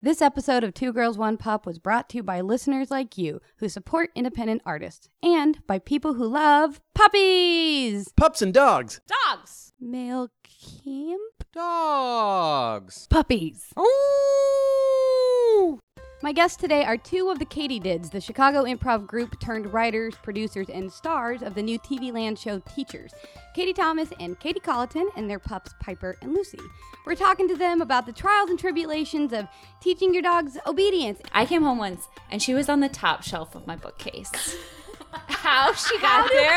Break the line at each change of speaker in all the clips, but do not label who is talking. This episode of Two Girls One Pup was brought to you by listeners like you who support independent artists and by people who love puppies.
Pups and dogs.
Dogs.
Male camp
Dogs.
puppies.
Ooh.
My guests today are two of the Katydids, the Chicago improv group turned writers, producers, and stars of the new TV land show Teachers, Katie Thomas and Katie Colleton, and their pups Piper and Lucy. We're talking to them about the trials and tribulations of teaching your dogs obedience
I came home once and she was on the top shelf of my bookcase. How she got there,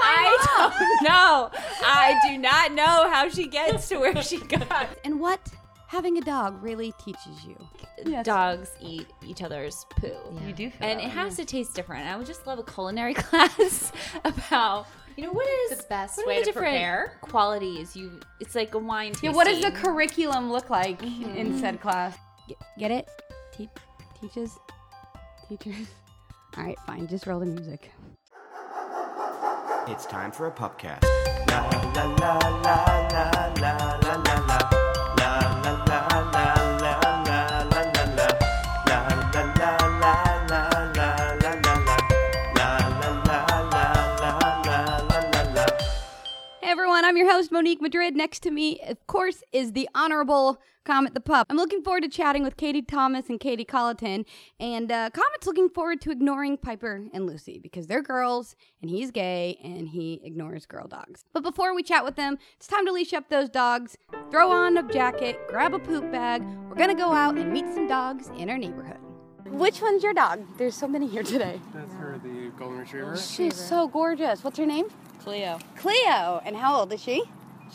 I don't know. I do not know how she gets to where she got.
and what having a dog really teaches you.
Dogs eat each other's poo.
You do feel
And
that
it
way,
has to taste different. I would just love a culinary class about, you know, what is
The best
what are
way
the
to
different
prepare?
qualities. You, it's like a wine tasting.
Yeah, what does the curriculum look like in said class? Get, Mm-hmm. get it? Te- teaches? Teachers? All right, fine. Just roll the music.
It's time for a pupcast. La la la la la la la la la. La la la la la la la la la. La la la la la la la la la. La la la la la la la la la.
Hey everyone, I'm your host Monique Madrid. Next to me, of course, is the honorable Comet the pup. I'm looking forward to chatting with Katie Thomas and Katie Colleton, and uh, Comet's looking forward to ignoring Piper and Lucy because they're girls and he's gay and he ignores girl dogs. But before we chat with them, it's time to leash up those dogs, throw on a jacket, grab a poop bag. We're gonna go out and meet some dogs in our neighborhood. Which one's your dog? There's so many here today.
That's her, the golden retriever.
She's so gorgeous. What's her name?
Cleo.
Cleo. And how old is she?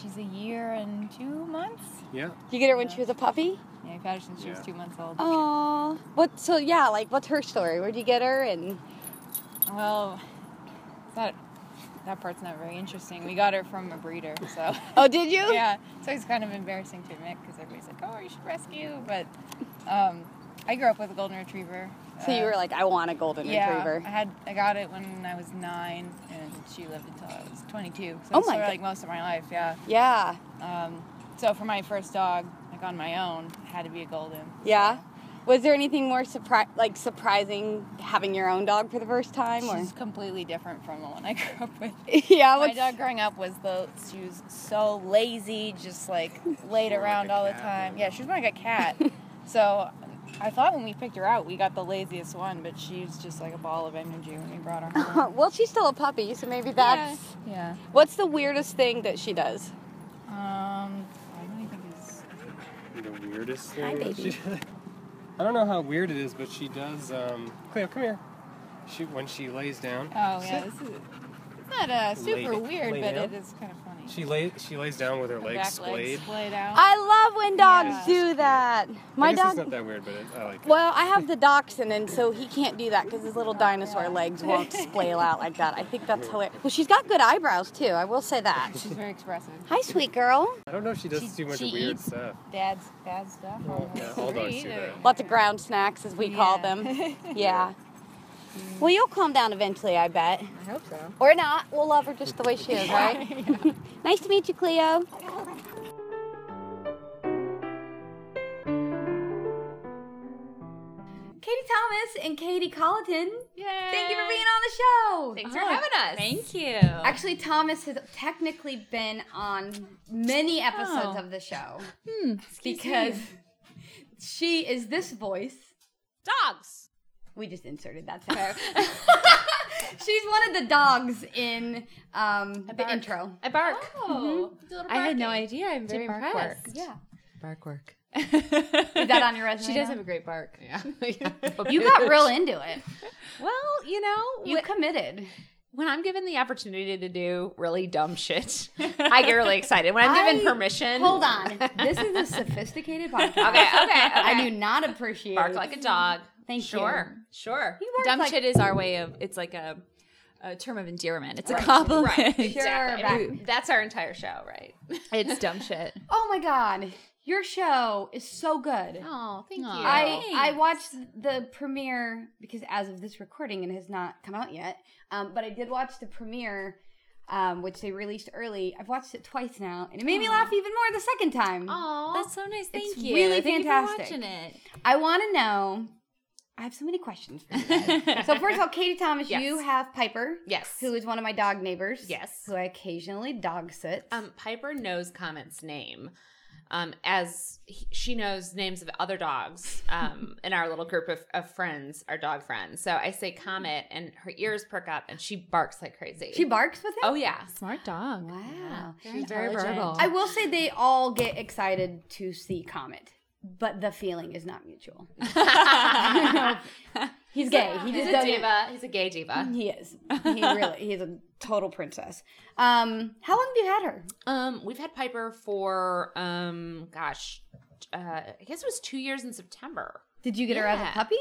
She's a year and two months.
Yeah.
You get her when she was a puppy?
Yeah, I've had her since she was
Yeah.
two months old.
Oh, what? So yeah, like what's her story? Where'd you get her? And
Well, it's not, that part's not very interesting. We got her from a breeder, so
oh, did you?
yeah. So it's kind of embarrassing to admit because everybody's like, "Oh, you should rescue," but um, I grew up with a golden retriever.
So you
Uh,
were like, I want a golden
yeah, I
retriever.
had I got it when I was nine, and she lived until I was 22. So
Oh
it's
my
sort of
go-
like most of my life, yeah.
Yeah,
Um, so for my first dog, like on my own, it had to be a golden.
yeah. Was there anything more surpri- like surprising having your own dog for the first time? Or
She's completely different from the one I grew up with.
yeah,
My
what's,
dog growing up was the she was so lazy, just like laid around all the time. Yeah, she was more like a cat. so I thought when we picked her out, we got the laziest one, but she's just like a ball of energy when we brought her home.
well, she's still a puppy, so maybe that's.
yeah.
What's the weirdest thing that she does?
Um, I don't think it's
The weirdest thing. Hi, baby. I don't know how weird it is, but she does. Um, Cleo, come here. She when she lays down.
Oh yeah, this is it's not uh,
Lay-
super weird,
lay
but
down?
it is kind of funny.
She lay she lays down with her
The
legs
back legs
splayed.
splayed out.
I love when dogs
Yeah.
do that. My
I guess it's
dog.
not that weird, but it, I like it.
Well, I have the dachshund, and so he can't do that because his little dinosaur legs won't splail out like that. I think that's hilarious. Well, she's got good eyebrows too. I will say that.
She's very expressive.
Hi, sweet girl.
I don't know if she does
She-
too much
she
weird
eats-
stuff.
Dad's bad stuff.
Well, Oh, yeah, all dogs do that.
Lots of ground snacks, as we call them. Yeah. Well, you'll calm down eventually, I bet.
I hope so.
Or not. We'll love her just the way she is, right? nice to meet you, Cleo. Katie Thomas and Katie Colleton,
Yay.
thank you for being on the show. Uh-huh.
Thanks for having us. Thank you.
Actually, Thomas has technically been on many episodes
Oh. Hmm,
of the show because she is this voice.
dogs.
We just inserted that. sound. She's one of the dogs in um, the intro.
I bark.
Oh,
Mm-hmm. I had no idea. I'm very
bark
impressed.
work.
Yeah,
Bark work.
is that on your resume?
She does
now?
have a great bark.
You got real into it.
Well, you know,
You committed.
when I'm given the opportunity to do really dumb shit, I get really excited. When I'm given
I-
permission,
Hold on. This is a sophisticated podcast. okay,
Okay, okay,
I
okay.
do not appreciate
bark like a dog.
Thank
sure, you. Sure,
You bark
Dumb
like-
shit is our way of. It's like a, a term of endearment. It's a compliment.
Sure, back-
That's our entire show, right?
It's dumb shit.
Oh my god, your show is so good.
Oh, thank you.
I I watched the premiere because as of this recording, it has not come out yet. Um, but I did watch the premiere um, which they released early. I've watched it twice now, and it made me laugh even more the second time.
Oh, that's so nice. Thank
It's
you.
really
Thank
fantastic.
You for watching it.
I want to know. I have so many questions for you guys. so first of all, Katie Thomas,
Yes.
you have Piper,
Yes.
who is one of my dog neighbors.
Yes.
who I occasionally dog sit.
Um, Piper knows Comet's name, um, as he, she knows names of other dogs um, in our little group of, of friends, our dog friends. So I say Comet, and her ears perk up, and she barks like crazy.
she barks with him.
Oh yeah,
Smart dog.
Wow.
she's very
intelligent.
verbal.
I will say they all get excited to see Comet, but the feeling is not mutual. He's gay. He
He's
just
a
doesn't.
diva. He's a gay diva.
He is. He really. He's a total princess. Um, how long have you had her?
Um, we've had Piper for um, gosh, uh, I guess it was two years in September.
Did you get her as a
Yeah.
puppy?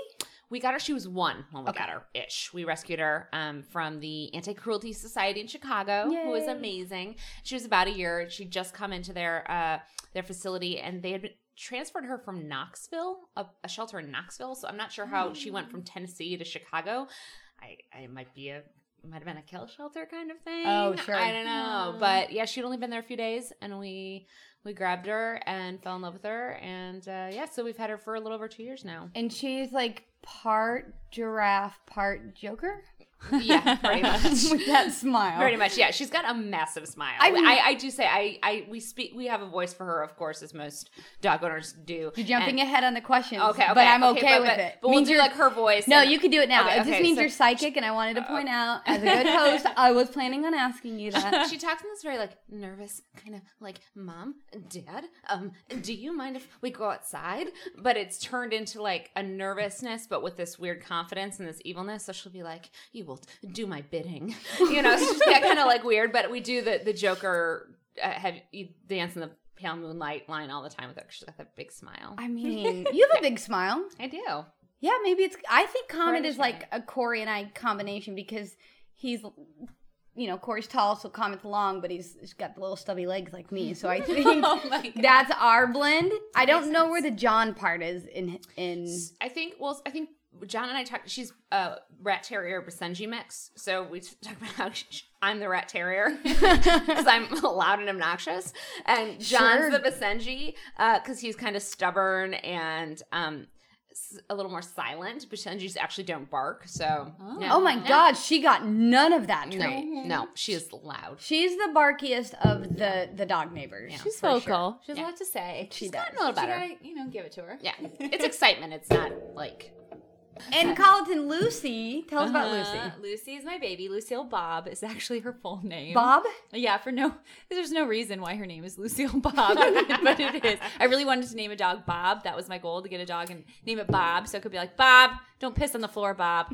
We got her. She was one when we got her ish. We rescued her um, from the Anti Cruelty Society in Chicago, who was
Yay.
amazing. She was about a year. She'd just come into their uh, their facility, and they had been- transferred her from Knoxville, a, a shelter in Knoxville. So I'm not sure how she went
Oh.
from Tennessee to Chicago. I, I might be a might have been a kill shelter kind of thing.
Oh, sure.
I don't know, but yeah, she'd only been there a few days, and we. We grabbed her and fell in love with her, and uh, yeah, so we've had her for a little over two years now.
And she's like part giraffe, part Joker.
Yeah, pretty much.
With that smile.
Pretty much, yeah. She's got a massive smile. I,
mean-
I, do say I, I we speak we have a voice for her, of course, as most dog owners do.
You're jumping
And-
ahead on the questions.
Okay, okay,
but I'm okay,
but-
with
but-
it.
But we'll
Means
do
you're-
like her voice.
No,
and-
you can do it now.
Okay,
it just
okay,
means
so- Oh.
you're psychic, and I wanted to point out, as a good host, I was planning on asking you that.
She talks in this very like nervous kind of like mom, dad, um, do you mind if we go outside? But it's turned into like a nervousness, but with this weird confidence and this evilness. So she'll be like, "You will do my bidding," you know. So she's that kind of like weird. But we do the the Joker uh, have you dance in the pale moonlight line all the time with her. 'cause She's got that big smile.
I mean, you have a big smile.
I do.
Yeah, maybe it's. I think Comet is
Correct.
like a Corey and I combination because he's, you know, Corey's tall, so Comet's long, but he's, he's got little stubby legs like me. So I think
Oh my God.
that's our blend. I don't know where the John part is in in.
I think. Well, I think John and I talked. She's a rat terrier Basenji mix, so we talk about how sh sh- I'm the rat terrier because I'm loud and obnoxious, and John's
Sure.
the Basenji because he's kind of stubborn and um s- a little more silent. Basenjis actually don't bark, so
Oh my God, she got none of that
no,
trait.
no, she is loud.
She's the barkiest of the the dog neighbors.
She's vocal.
She has a lot to say. She's
does.
gotten a little better.
you know, give it to her.
Yeah, it's excitement. It's not like
And Colleton Lucy, tell us about Lucy.
Uh-huh.
Uh, Lucy is my baby. Lucille Bob is actually her full name.
Bob,
Yeah, for no, there's no reason why her name is Lucille Bob, but it is. I really wanted to name a dog Bob. That was my goal to get a dog and name it Bob, so it could be like Bob, don't piss on the floor, Bob.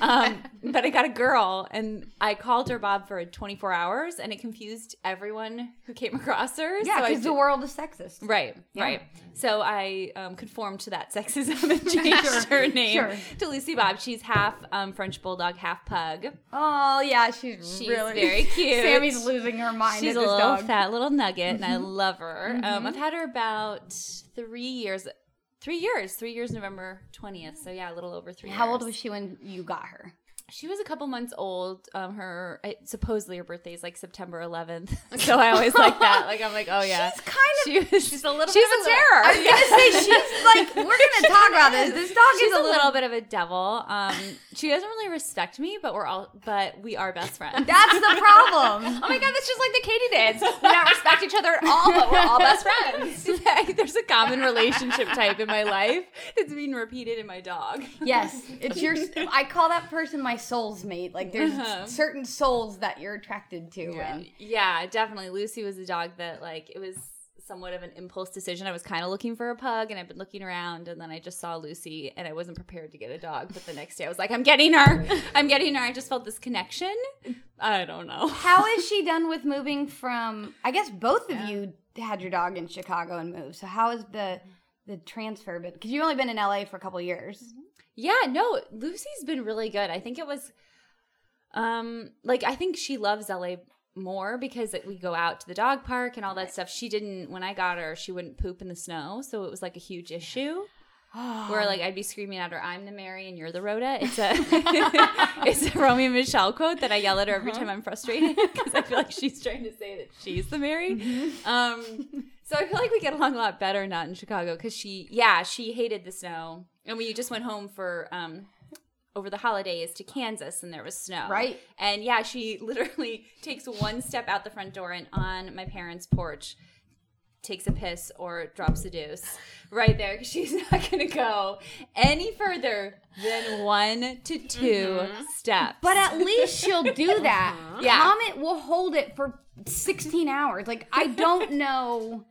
Um, but I got a girl, and I called her Bob for 24 hours, and it confused everyone who came across her.
yeah,
so I
because
did-
the world is sexist.
Right, right. So I um, conformed to that sexism and changed her name
sure.
to Lucy Bob. She's half um, French bulldog, half pug.
Oh yeah, she's,
She's
really
very cute.
Sammy's losing her mind.
She's
at
a
this
little
dog. Mm-hmm.
fat little nugget, and I love her. Um, I've had her about three years. Three years, three years, November 20th. So, yeah, a little over three
How
years.
old was she when you got her?
She was a couple months old. Um, her I, supposedly her birthday is like September 11th, so I always like that. Like I'm like, oh yeah, she's kind of she's a little she's a terror.
I was gonna say she's like we're gonna talk about this. This dog
she's
is a little.
bit of a devil. Um, she doesn't really respect me, but we're all but we are best friends.
That's the problem.
oh my god, that's just like the Katie dads. We don't respect each other at all, but we're all best friends.
There's a common relationship type in my life that's being repeated in my dog.
Yes, it's your. I call that person my soul's mate. Like there's
Uh-huh.
certain souls that you're attracted to.
Yeah.
And
yeah, definitely. Lucy was a dog that like it was somewhat of an impulse decision. I was kind of looking for a pug, and I've been looking around, and then I just saw Lucy, and I wasn't prepared to get a dog. But the next day, I was like, I'm getting her. I'm getting her. I just felt this connection. I don't know.
how is she done with moving from? I guess both of you had your dog in Chicago and moved. So how is the the transfer? But because you've only been in LA for a couple years.
Yeah, no, Lucy's been really good. I think it was um like I think she loves LA more because it, we go out to the dog park and all that stuff. She didn't when I got her, she wouldn't poop in the snow, so it was like a huge issue. where like I'd be screaming at her, "I'm the Mary and you're the Rhoda." It's a it's a Romeo and Michelle quote that I yell at her every time I'm frustrated because I feel like she's trying to say that she's the Mary. Um, so I feel like we get along a lot better not in Chicago because she, yeah, she hated the snow, and we just went home for um, over the holidays to Kansas and there was snow.
Right.
And yeah, she literally takes one step out the front door and on my parents' porch takes a piss or drops a deuce right there 'cause she's not going to go any further than one to 2 steps.
Mm-hmm. But uh, at least she'll do that.
Yeah.
Comet will hold it for 16 hours. Like, I don't know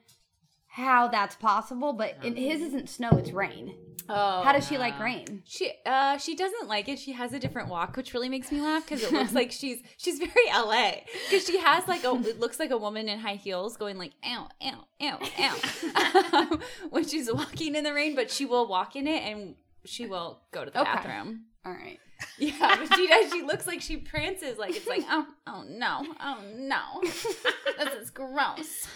how that's possible, but it, his isn't snow, it's rain.
oh.
How does she like rain?
She uh she doesn't like it. She has a different walk, which really makes me laugh because it looks like she's she's very LA because she has like a it looks like a woman in high heels going like ow ow ow ow um, when she's walking in the rain, but she will walk in it and she will go to the
Okay.
bathroom.
All right.
Yeah, but she does. She looks like she prances like it's like oh oh no oh no this is gross.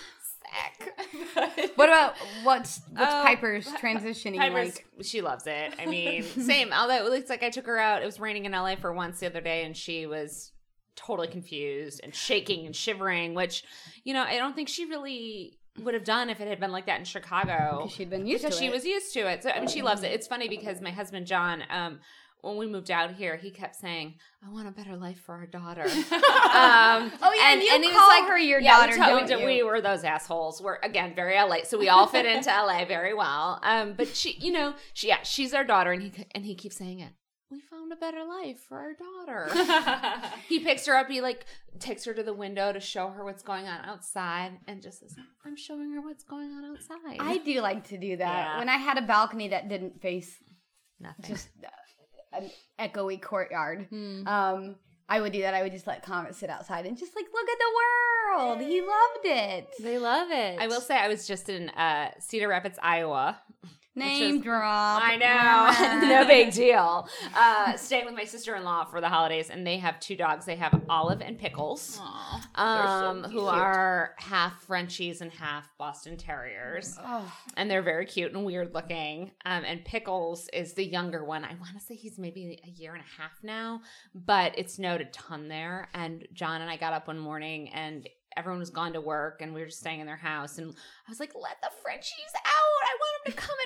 Sick.
What about what's what's
Oh,
Piper's transitioning
Piper's-
like?
she loves it. I mean, same. Although it looks like I took her out. It was raining in LA for once the other day, and she was totally confused and shaking and shivering, which, you know, I don't think she really would have done if it had been like that in Chicago.
Because she'd been used
because
to
she
it.
was used to it. So I mean, she loves it. It's funny because my husband John, um, when we moved out here, he kept saying, "I want a better life for our daughter." um, oh
yeah, and you call her your daughter,
We, we,
don't
did-
you?
we were those assholes. We're again very LA, so we all fit into LA very well. Um, but she, you know, she yeah, she's our daughter, and he c- and he keeps saying it. We found a better life for our daughter. he picks her up. He like takes her to the window to show her what's going on outside, and just says, "I'm showing her what's going on outside."
I do like to do that.
Yeah.
When I had a balcony that didn't face
nothing.
just uh, an echoey courtyard. Um, I would do that. I would just let Comet sit outside and just like look at the world. He loved it.
they love it.
I will say I was just in uh, Cedar Rapids, Iowa.
Name drop.
I know, no big deal. Uh, staying with my sister-in-law for the holidays, and they have two dogs. They have Olive and Pickles, um, who are half Frenchies and half Boston Terriers, and they're very cute and weird looking. Um, and Pickles is the younger one. I want to say he's maybe a year and a half now, but it snowed a ton there. And John and I got up one morning and. Everyone was gone to work, and we were just staying in their house. And I was like, let the Frenchies out. I want them to come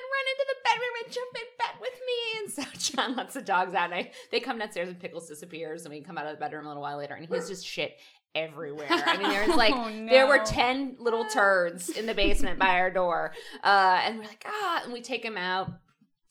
and run into the bedroom and jump in bed with me. And so John lets the dogs out. And I, they come downstairs and Pickles disappears. And we come out of the bedroom a little while later and he's just shit everywhere. I mean, there was like, there were 10 little turds in the basement by our door. Uh, and we're like, ah, and we take him out.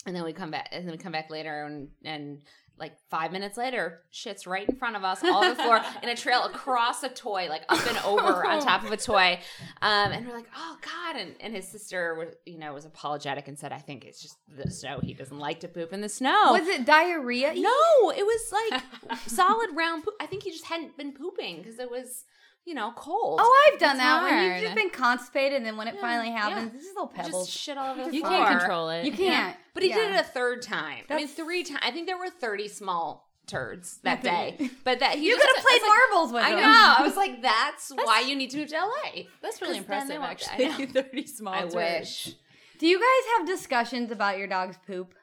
And then we come back, and then we come back later, and and like five minutes later, shit's right in front of us, all over the floor, in a trail across a toy, like up and over on top of a toy, um, and we're like, oh god! And and his sister, was, you know, was apologetic and said, I think it's just the snow. He doesn't like to poop in the snow.
Was it diarrhea?
no, it was like solid round poop. I think he just hadn't been pooping because it was, you know, cold.
Oh, I've done
It's
that when you've
hard.
just been constipated, and then when it finally happens,
yeah.
it's just little pebbles.
just shit all over the
You
floor.
can't control it.
you can't.
But he did
Yeah.
it a third time. I mean, three times. I think there were thirty small turds that day. But that he
You
just-
could have played
it's like-
marbles with
I
him.
know. I was like, that's, why you need to move to LA.
That's really
'Cause then they
impressive,
won't- I
actually.
know.
Thirty small.
I
turds.
wish.
Do you guys have discussions about your dog's poop?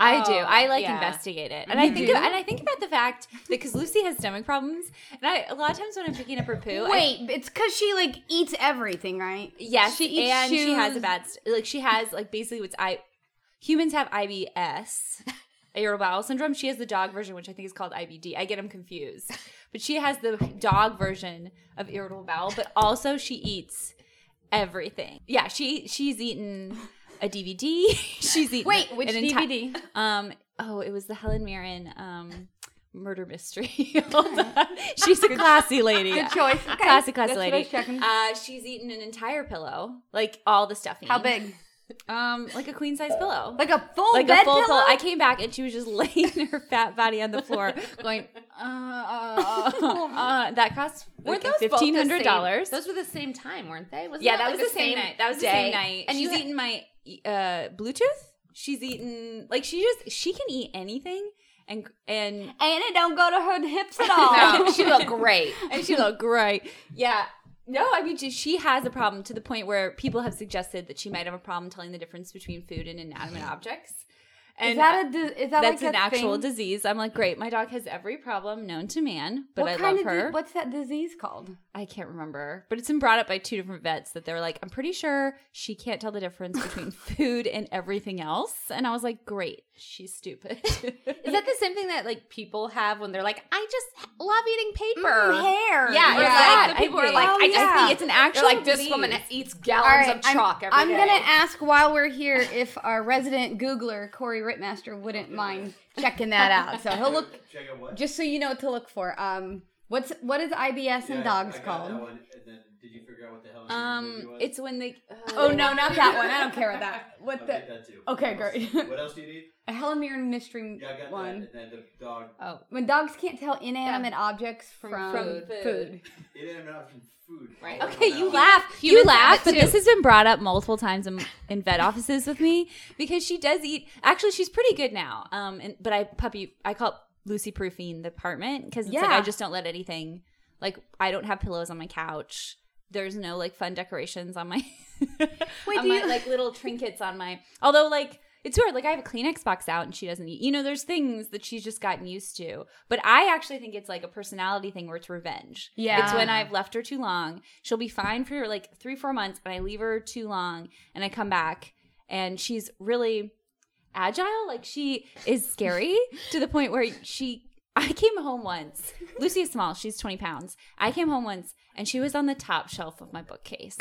I do. I like
yeah.
investigate it, and I think and I think about the fact that because Lucy has stomach problems, and I a lot of times when I'm picking up her poo, I-
Wait, it's because she like eats everything, right?
yes,
she eats
and she has a
shoes.
bad st- like she has like basically what's I humans have IBS. Irritable bowel syndrome. She has the dog version, which I think is called IBD. I get them confused, but she has the dog version of irritable bowel. But also, she eats everything. Yeah, she she's eaten a DVD. she's eaten
Wait, which
an enti-
DVD?
Um, oh, it was the Helen Mirren um, murder mystery. Hold on. She's a classy lady.
Good choice. Okay.
Classy, classy
That's what I was
lady.
checking.
Uh, she's eaten an entire pillow, like all the stuffing.
How big?
Um, like a queen size pillow.
Like a full
Like
bed
a full
pillow?
pillow. I came back and she was just laying her fat body on the floor, going, uh, uh, uh, uh. that cost
Weren't those both the
fifteen hundred dollars.
same- Those were the same time, weren't they? Wasn't
Yeah, that
like
was the same night. That was the
day?
same night.
And
And
you
she's
had-
eaten my uh, Bluetooth. She's eaten like she just she can eat anything, and and
and it don't go to her hips at all.
No, she looked great.
and she looked great. Yeah, No, I mean she- she has a problem to the point where people have suggested that she might have a problem telling the difference between food and inanimate objects. And
is that a di- is that
that's
like
an
a
actual
thing?
disease. I'm like, great, my dog has every problem known to man, but
what
I
kind
love
of di-
her.
what's that disease called?
I can't remember, but it's been brought up by two different vets that they were like, I'm pretty sure she can't tell the difference between food and everything else. And I was like, great, she's stupid.
Is that the same thing that like people have when they're like, I just love eating paper?
hair.
Yeah,
Or
yeah.
that,
Like, the people
I
are like,
think.
I just
Oh, yeah.
think
it's an actual
They're like this
disease.
woman eats gallons
All right,
of chalk every
I'm,
day."
I'm gonna ask while we're here if our resident Googler Corey Rittmaster wouldn't mind checking that out. So he'll look
Check out what?
just so you know what to look for. Um, what's what is IBS and
Yeah,
dogs
I got That
called?
one. And then, did you figure out what the hell?
Um, it's when they.
Oh no, not that one. I don't care about that. What
okay,
the
that too.
Okay,
What else-
great.
what else do you need?
a Hellmere mystery
Yeah, I got
one.
that. And then the dog.
Oh,
When dogs can't tell inanimate objects from,
From
food.
food.
Inanimate option food.
Right.
All
Okay,
around.
you laugh. You
Humans
laugh,
have
but
it
this
too.
has been brought up multiple times in, in vet offices with me because she does eat. Actually, she's pretty good now. Um, and but I puppy, I call it Lucy proofing the apartment because it's like
Yeah.
I just don't let anything. Like I don't have pillows on my couch. There's no like fun decorations on my.
Wait,
on
do
my,
you-
like little trinkets on my. Although like. It's weird. Like I have a Kleenex box out, and she doesn't eat. You know, there's things that she's just gotten used to. But I actually think it's like a personality thing where it's revenge.
Yeah.
It's when I've left her too long. She'll be fine for like three, four months, and I leave her too long, and I come back, and she's really agile. Like she is scary to the point where she. I came home once. Lucy is small. She's 20 pounds. I came home once, and she was on the top shelf of my bookcase.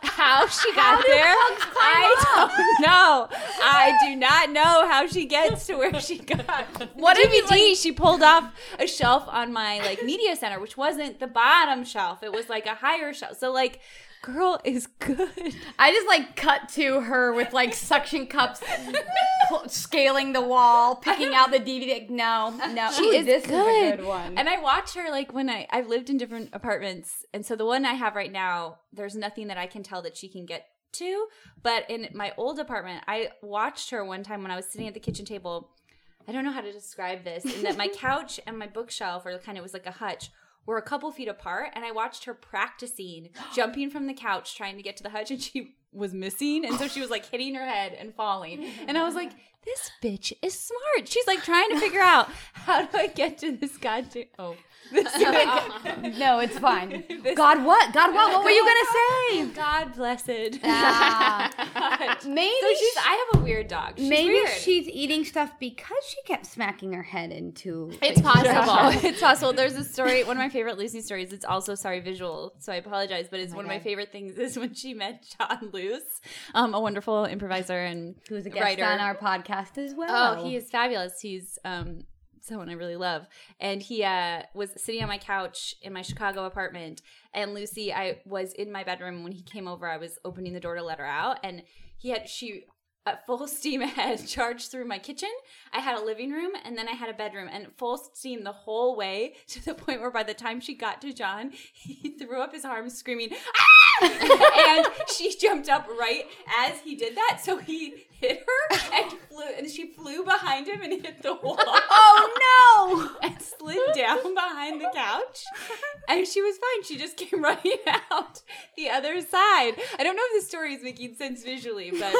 How she got there, I don't know. I do not know how she gets to where she got. What DVD she pulled off a shelf on my like media center, which wasn't the bottom shelf. It was like a higher shelf. So like, girl is good.
I just like cut to her with like suction cups cl- scaling the wall, picking out the DVD. Like, no, no,
She
Ooh,
is
this is a
good.
good one.
And I watch her like when I I've lived in different apartments, and so the one I have right now, there's nothing that I can tell that she can get to. But in my old apartment, I watched her one time when I was sitting at the kitchen table. I don't know how to describe this. In that my couch and my bookshelf, or kind of it was like a hutch, were a couple feet apart, and I watched her practicing jumping from the couch, trying to get to the hutch, and she was missing, and so she was like hitting her head and falling. And I was like, "This bitch is smart." She's like trying to figure out how do I get to this goddamn. Oh, this
no, it's fine. God, what? God, what? What were you gonna say?
God blessed.
Ah,
God.
maybe
So she's.
she-
I have a weird dog. She's
maybe
weird.
she's eating stuff because she kept smacking her head into.
It's possible. it's possible. There's a story, one of my favorite Lucy stories. It's also sorry visual, so I apologize, but it's one of my
God.
favorite things is when she met John Luce, um, a wonderful improviser and
Who's a guest
writer.
on our podcast as well?
Oh, he is fabulous. He's um someone I really love. And he uh was sitting on my couch in my Chicago apartment and Lucy I was in my bedroom when he came over. I was opening the door to let her out and he had she at full steam ahead charged through my kitchen. I had a living room and then I had a bedroom and full steam the whole way to the point where by the time she got to John, he threw up his arms screaming, and she jumped up right as he did that. So he hit her and flew, and she flew behind him and hit the wall. Oh no! And slid down behind the couch. And she was fine. She just came running out the other side. I don't know if this story is making sense visually, but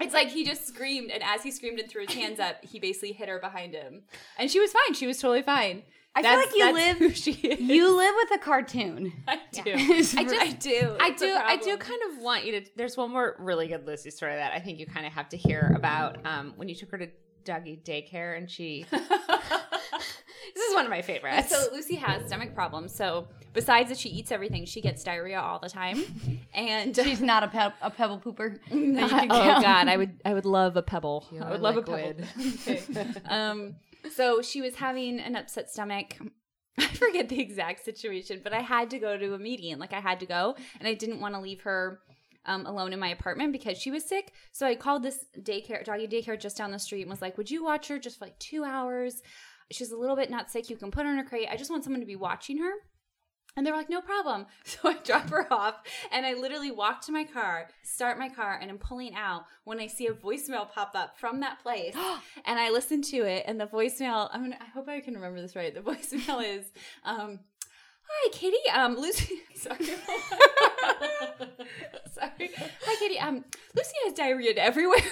it's like he just screamed, and as he screamed and threw his hands up, he basically hit her behind him. And she was fine. She was totally fine.
I feel like you live-
who she is.
You live with a cartoon.
I do.
It's
I, just, I do.
I
It's a
do. I do
problem.
kind of want you to. There's one more really good Lucy story that I think you kind of have to hear about um, when you took her to doggy daycare and she. this is one of my favorites.
So Lucy has stomach problems. So besides that she eats everything, she gets diarrhea all the time. And
She's not a, pe- a pebble pooper.
oh god, I would I would love a pebble. I would love
liquid.
a pebble. um so she was having an upset stomach. I forget the exact situation, but I had to go to a meeting. Like I had to go and I didn't want to leave her um, alone in my apartment because she was sick. So I called this daycare, doggy daycare just down the street and was like, Would you watch her just for like two hours? She's a little bit not sick. You can put her in a crate. I just want someone to be watching her. And they're like, no problem. So I drop her off and I literally walk to my car, start my car, and I'm pulling out when I see a voicemail pop up from that place. and I listen to it, and the voicemail, I'm gonna, I hope I can remember this right. The voicemail is, um, Hi, Katie. Um, Lucy. Sorry. sorry. Hi, Katie. Um, Lucy has diarrhea everywhere.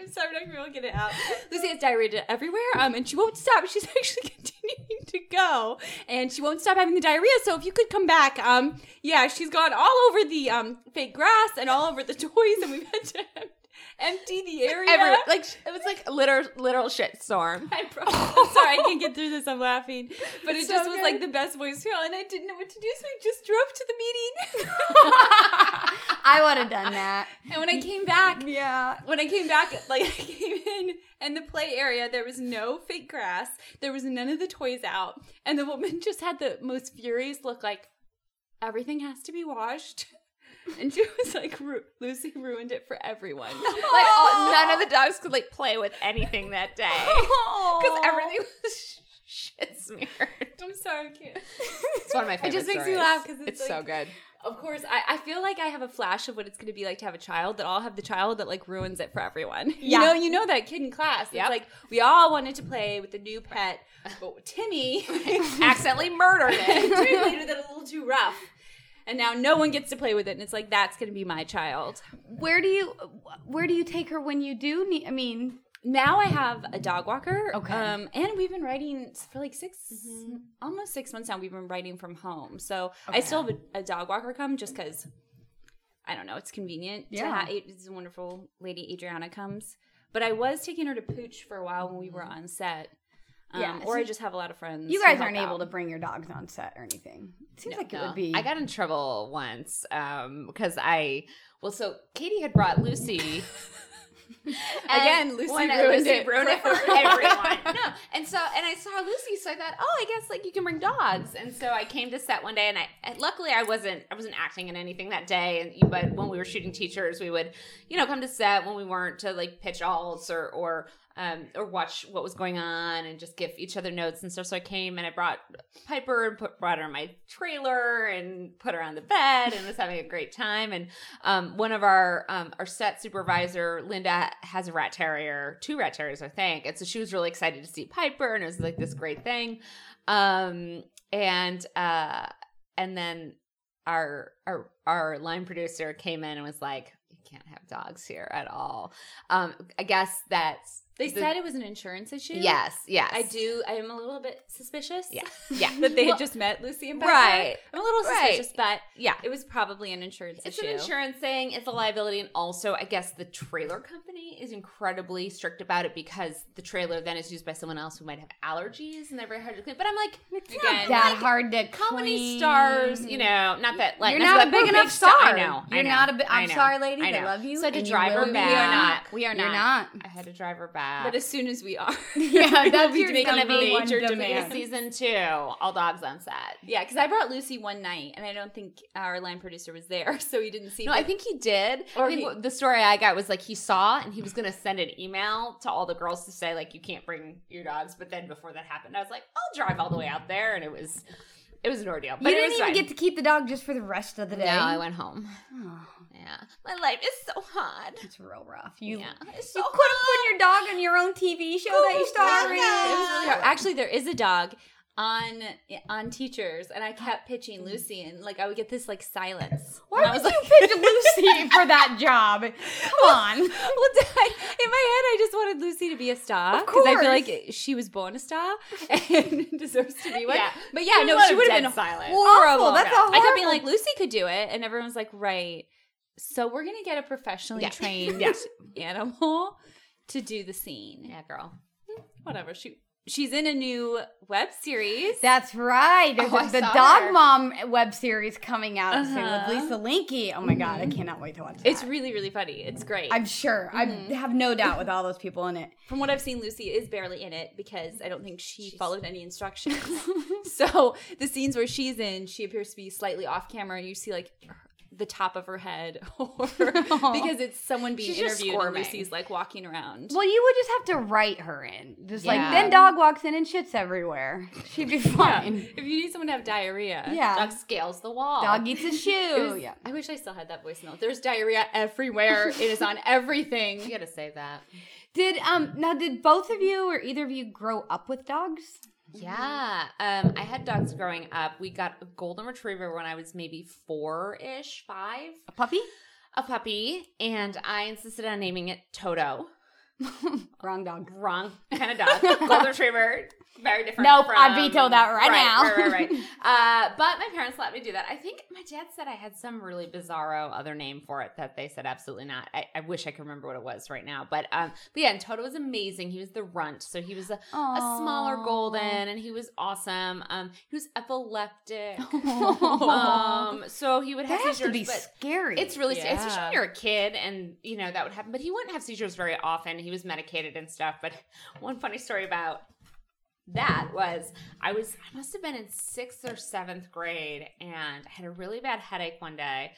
I'm sorry, I'm not gonna be able to get it out. Lucy has diarrhea everywhere. Um, and she won't stop. She's actually continuing to go, and she won't stop having the diarrhea. So if you could come back, um, yeah, she's gone all over the um fake grass and all over the toys, and we've had to em- empty the area.
Every, like sh- it was like literal literal shit storm.
I promise. I'm sorry, I can't get through this. I'm laughing, but it
It's
just
so
was
good.
like the best voicemail, and I didn't know what to do, so I just drove to the meeting.
I would have done that.
and when I came back,
Yeah.
when I came back, like I came in and the play area, there was no fake grass, there was none of the toys out, and the woman just had the most furious look, like everything has to be washed. And she was like, Ru- Lucy ruined it for everyone.
Like
Oh.
all, none of the dogs could like play with anything that day because everything was sh- shit smeared.
I'm sorry, I can't.
It's one of my
It just makes me laugh 'cause it's
so
like-
good.
Of course, I, I feel like I have a flash of what it's going to be like to have a child that I'll have the child that like ruins it for everyone.
Yeah.
You know, you know that kid in class. It's
Yep.
like we all wanted to play with the new pet, but Timmy
Accidentally murdered it.
treated it a little too rough. And now no one gets to play with it, and it's like that's going to be my child.
uh, Where do you where do you take her when you do need I mean
Now I have a dog walker.
Okay. Mm-hmm.
Um, and we've been writing for like 6 almost six months now. We've been writing from home, so I still have a, a dog walker come just because. I don't know. It's convenient. To
Yeah.
ha- it- it's a wonderful lady Adriana comes, but I was taking her to Pooch for a while when we were on set. Um,
Mm-hmm. Yeah,
Or
so
I just have a lot of friends.
you
who
guys
help
aren't able
out.
to bring your dogs on set or anything. It seems like it
No.
would be
I got in trouble once um because I well so Katie had brought Lucy
Again,
And
Lucy
when I-
ruined
Lucy
it
ruined
for
it for everyone. no, and so and I saw Lucy, so I thought, oh, I guess like you can bring dogs. And so I came to set one day, and I and luckily I wasn't I wasn't acting in anything that day. And but when we were shooting teachers, we would you know come to set when we weren't to like pitch alts or or um or watch what was going on and just give each other notes and stuff. So I came and I brought Piper and put, brought her in my trailer and put her on the bed and was having a great time. And um, one of our um, our set supervisor, Linda, has a rat terrier, two rat terriers, I think. And so she was really excited to see Piper, and it was like this great thing. Um, and uh, and then our our our line producer came in and was like, "You can't have dogs here at all." Um, I guess that's
They
the-
said it was an insurance issue.
yes, yes,
I do. I am a little bit suspicious.
Yeah, yeah.
that they
Well,
had just met Lucy and Piper.
Right.
I'm a little
Right.
suspicious, but
yeah.
it was probably an insurance
It's
issue.
an insurance thing. It's a liability, and also, I guess the trailer company is incredibly strict about it because the trailer then is used by someone else who might have allergies, and they're very hard to clean. But I'm like, again,
that
like,
hard to
how many
clean.
stars? You know, not that like
You're
that's
not a
what-
big
we're
enough
star.
star.
I know. I
You're
know,
not a big.
I
I'm
know.
sorry, ladies.
I
I,
know.
love you.
So to
and you
drive
will
her
be.
back,
We are not.
we are
You're
not.
not.
I had to drive her back.
But as soon as we are,
Yeah, that's
we
your number one demand.
season two, all dogs on set.
Yeah, because I brought Lucy one night, and I don't think our line producer was there, so he didn't see.
No,
but
I think he did.
Or
I think
he-
what- the story I got was like he saw and he was gonna send an email to all the girls to say like you can't bring your dogs. But then before that happened, I was like, I'll drive all the way out there, and it was it was an ordeal. But
you
it
didn't
was
even
fine.
get to keep the dog just for the rest of the day.
No, I went home.
Oh,
Yeah, my life is so hard.
it's real rough. You
yeah, it's so
you could have put your dog on your own TV show that you started.
It was
Really
really hard. Actually, there is a dog on on teachers, and I kept pitching Lucy, and like I would get this like silence.
Why
and I
would
was
you pick Lucy for that job? Come on.
Well, I- in my head, I just wanted Lucy to be a star
Of
because I feel
course.
like she was born a star and deserves to be one.
Yeah.
But yeah,
There's a
no,
lot
she
of
would have
dead
been
silence.
horrible.
Awful. That's a
I kept being
horrible-
like, Lucy could do it, and everyone was like, right. So we're gonna get a professionally
Yeah.
trained
Yeah.
animal to do the scene.
Yeah, girl.
Whatever. She she's in a new web series.
That's right. There's
Oh,
a-
I
the
saw
Dog
her.
Mom web series coming out
Uh-huh.
soon with Lisa Linky. Oh my god, I cannot wait to watch that.
It's really really funny. It's great.
I'm sure. I have no doubt with all those people in it.
From what I've seen, Lucy is barely in it because I don't think she followed any instructions. so the scenes where she's in, she appears to be slightly off camera. You see like her- the top of her head, or because it's someone being
She's just
interviewed, and
squirming.
Lucy's like walking around.
Well, you would just have to write her in. Just like
Yeah.
then dog walks in and shits everywhere. She'd be
Yeah.
fine.
If you need someone to have diarrhea,
Yeah.
Dog scales the wall.
Dog eats a
It
shoe.
was-
yeah.
I wish I still had that voicemail. There's diarrhea everywhere. it is on
You
everything.
gotta save that.
Did um now did both of you or either of you grow up with dogs?
Yeah. Um, I had dogs growing up. We got a golden retriever when I was maybe four ish, five,
A puppy?
a puppy, and I insisted on naming it Toto.
Wrong dog.
Wrong kind of dog. golden retriever, very different.
Nope,
from-
I veto that right now.
Right, right, right. Uh, but my parents let me do that. I think my dad said I had some really bizarro other name for it that they said absolutely not. I, I wish I could remember what it was right now. But um, but yeah, and Toto was amazing. He was the runt, so he was a a smaller golden and he was awesome um he was epileptic um so he would have
That has to
seizures
be
but
scary.
it's really scary, especially
Yeah.
when you're a kid and you know that would happen but he wouldn't have seizures very often he was medicated and stuff but one funny story about that was i was i must have been in sixth or seventh grade and i had a really bad headache one day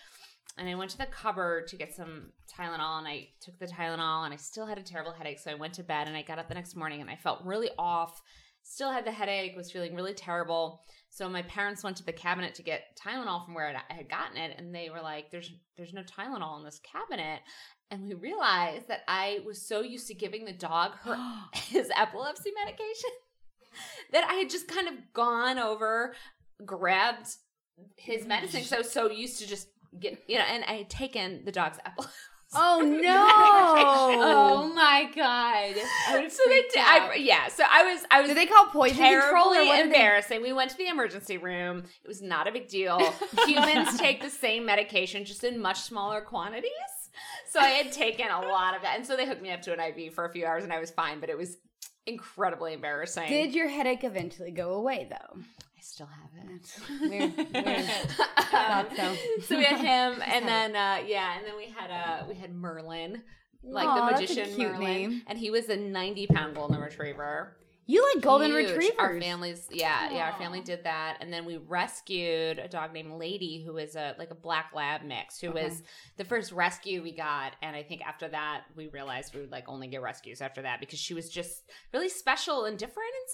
and I went to the cupboard to get some Tylenol and I took the Tylenol and I still had a terrible headache. So I went to bed and I got up the next morning and I felt really off, still had the headache, was feeling really terrible. So my parents went to the cabinet to get Tylenol from where I'd- I had gotten it and they were like, there's, there's no Tylenol in this cabinet. And we realized that I was so used to giving the dog her, his epilepsy medication that I had just kind of gone over, grabbed his medicine. So so used to just get you know, and I had taken the dog's apple.
Oh
Oh
no!
my god. I would've
so they
freaked
did.
out.
I, yeah. So I was I was
Do they call poison control? Or
terribly
what do they-
embarrassing. We went to the emergency room. It was not a big deal. Humans take the same medication just in much smaller quantities. So I had taken a lot of that, and so they hooked me up to an IV for a few hours, and I was fine. But it was incredibly embarrassing.
Did your headache eventually go away though?
I still have it?
Weird. weird. Thought so.
Um, so we had him, and then uh, yeah, and then we had uh, we had Merlin, like
Aw,
the
that's a
magician
cute
Merlin,
name.
and he was a ninety pound golden retriever.
You like golden
Huge.
retrievers?
Our families, yeah, yeah, our family did that, and then we rescued a dog named Lady, who is a like a black lab mix, who
Okay.
was the first rescue we got, and I think after that we realized we would like only get rescues after that because she was just really special and different in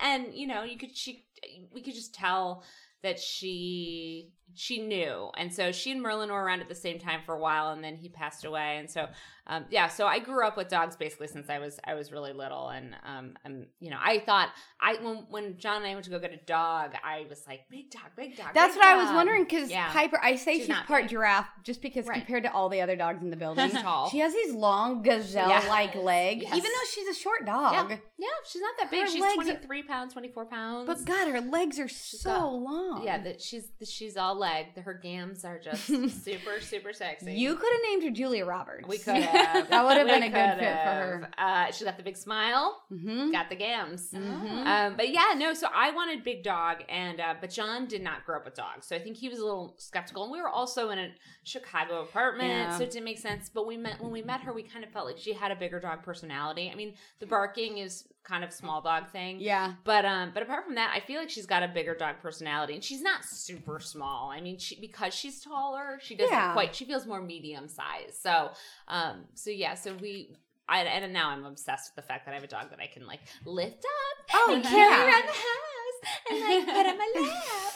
some way, and you know you could she we could just tell that she she knew and so she and merlin were around at the same time for a while and then he passed away and so um, yeah so i grew up with dogs basically since i was i was really little and um, um you know i thought i when when john and i went to go get a dog i was like big dog big dog
That's
big
what I was
dog.
wondering because
Yeah.
Piper, I say she's,
She's not
part
big.
giraffe just because
Right.
compared to all the other dogs in the building,
She's tall.
she has these long gazelle like
Yeah.
legs,
Yes.
even though she's a short dog.
yeah, yeah she's not that big
Her
she's
legs are-
23 pounds 24 pounds
But God, her legs are so
got-
long.
yeah that she's she's all leg her gams are just super super sexy
you could have named her Julia Roberts.
we could have.
That would have
We
been a good fit for
could've.
her.
Uh, she got the big smile.
hmm
got the gams.
Mm-hmm.
Um, but yeah, no. So I wanted big dog, and uh, but John did not grow up with dogs, so I think he was a little skeptical. And we were also in a Chicago apartment,
Yeah.
so it didn't make sense. But we met when we met her, we kind of felt like she had a bigger dog personality. I mean, the barking is kind of small dog thing.
Yeah.
But um, but apart from that, I feel like she's got a bigger dog personality, and she's not super small. I mean, she because she's taller, she doesn't
Yeah.
quite. She feels more medium size. So um, so yeah, so we. I, and now I'm obsessed with the fact that I have a dog that I can like lift up
Oh,
and
yeah.
carry around the house and like put on my lap.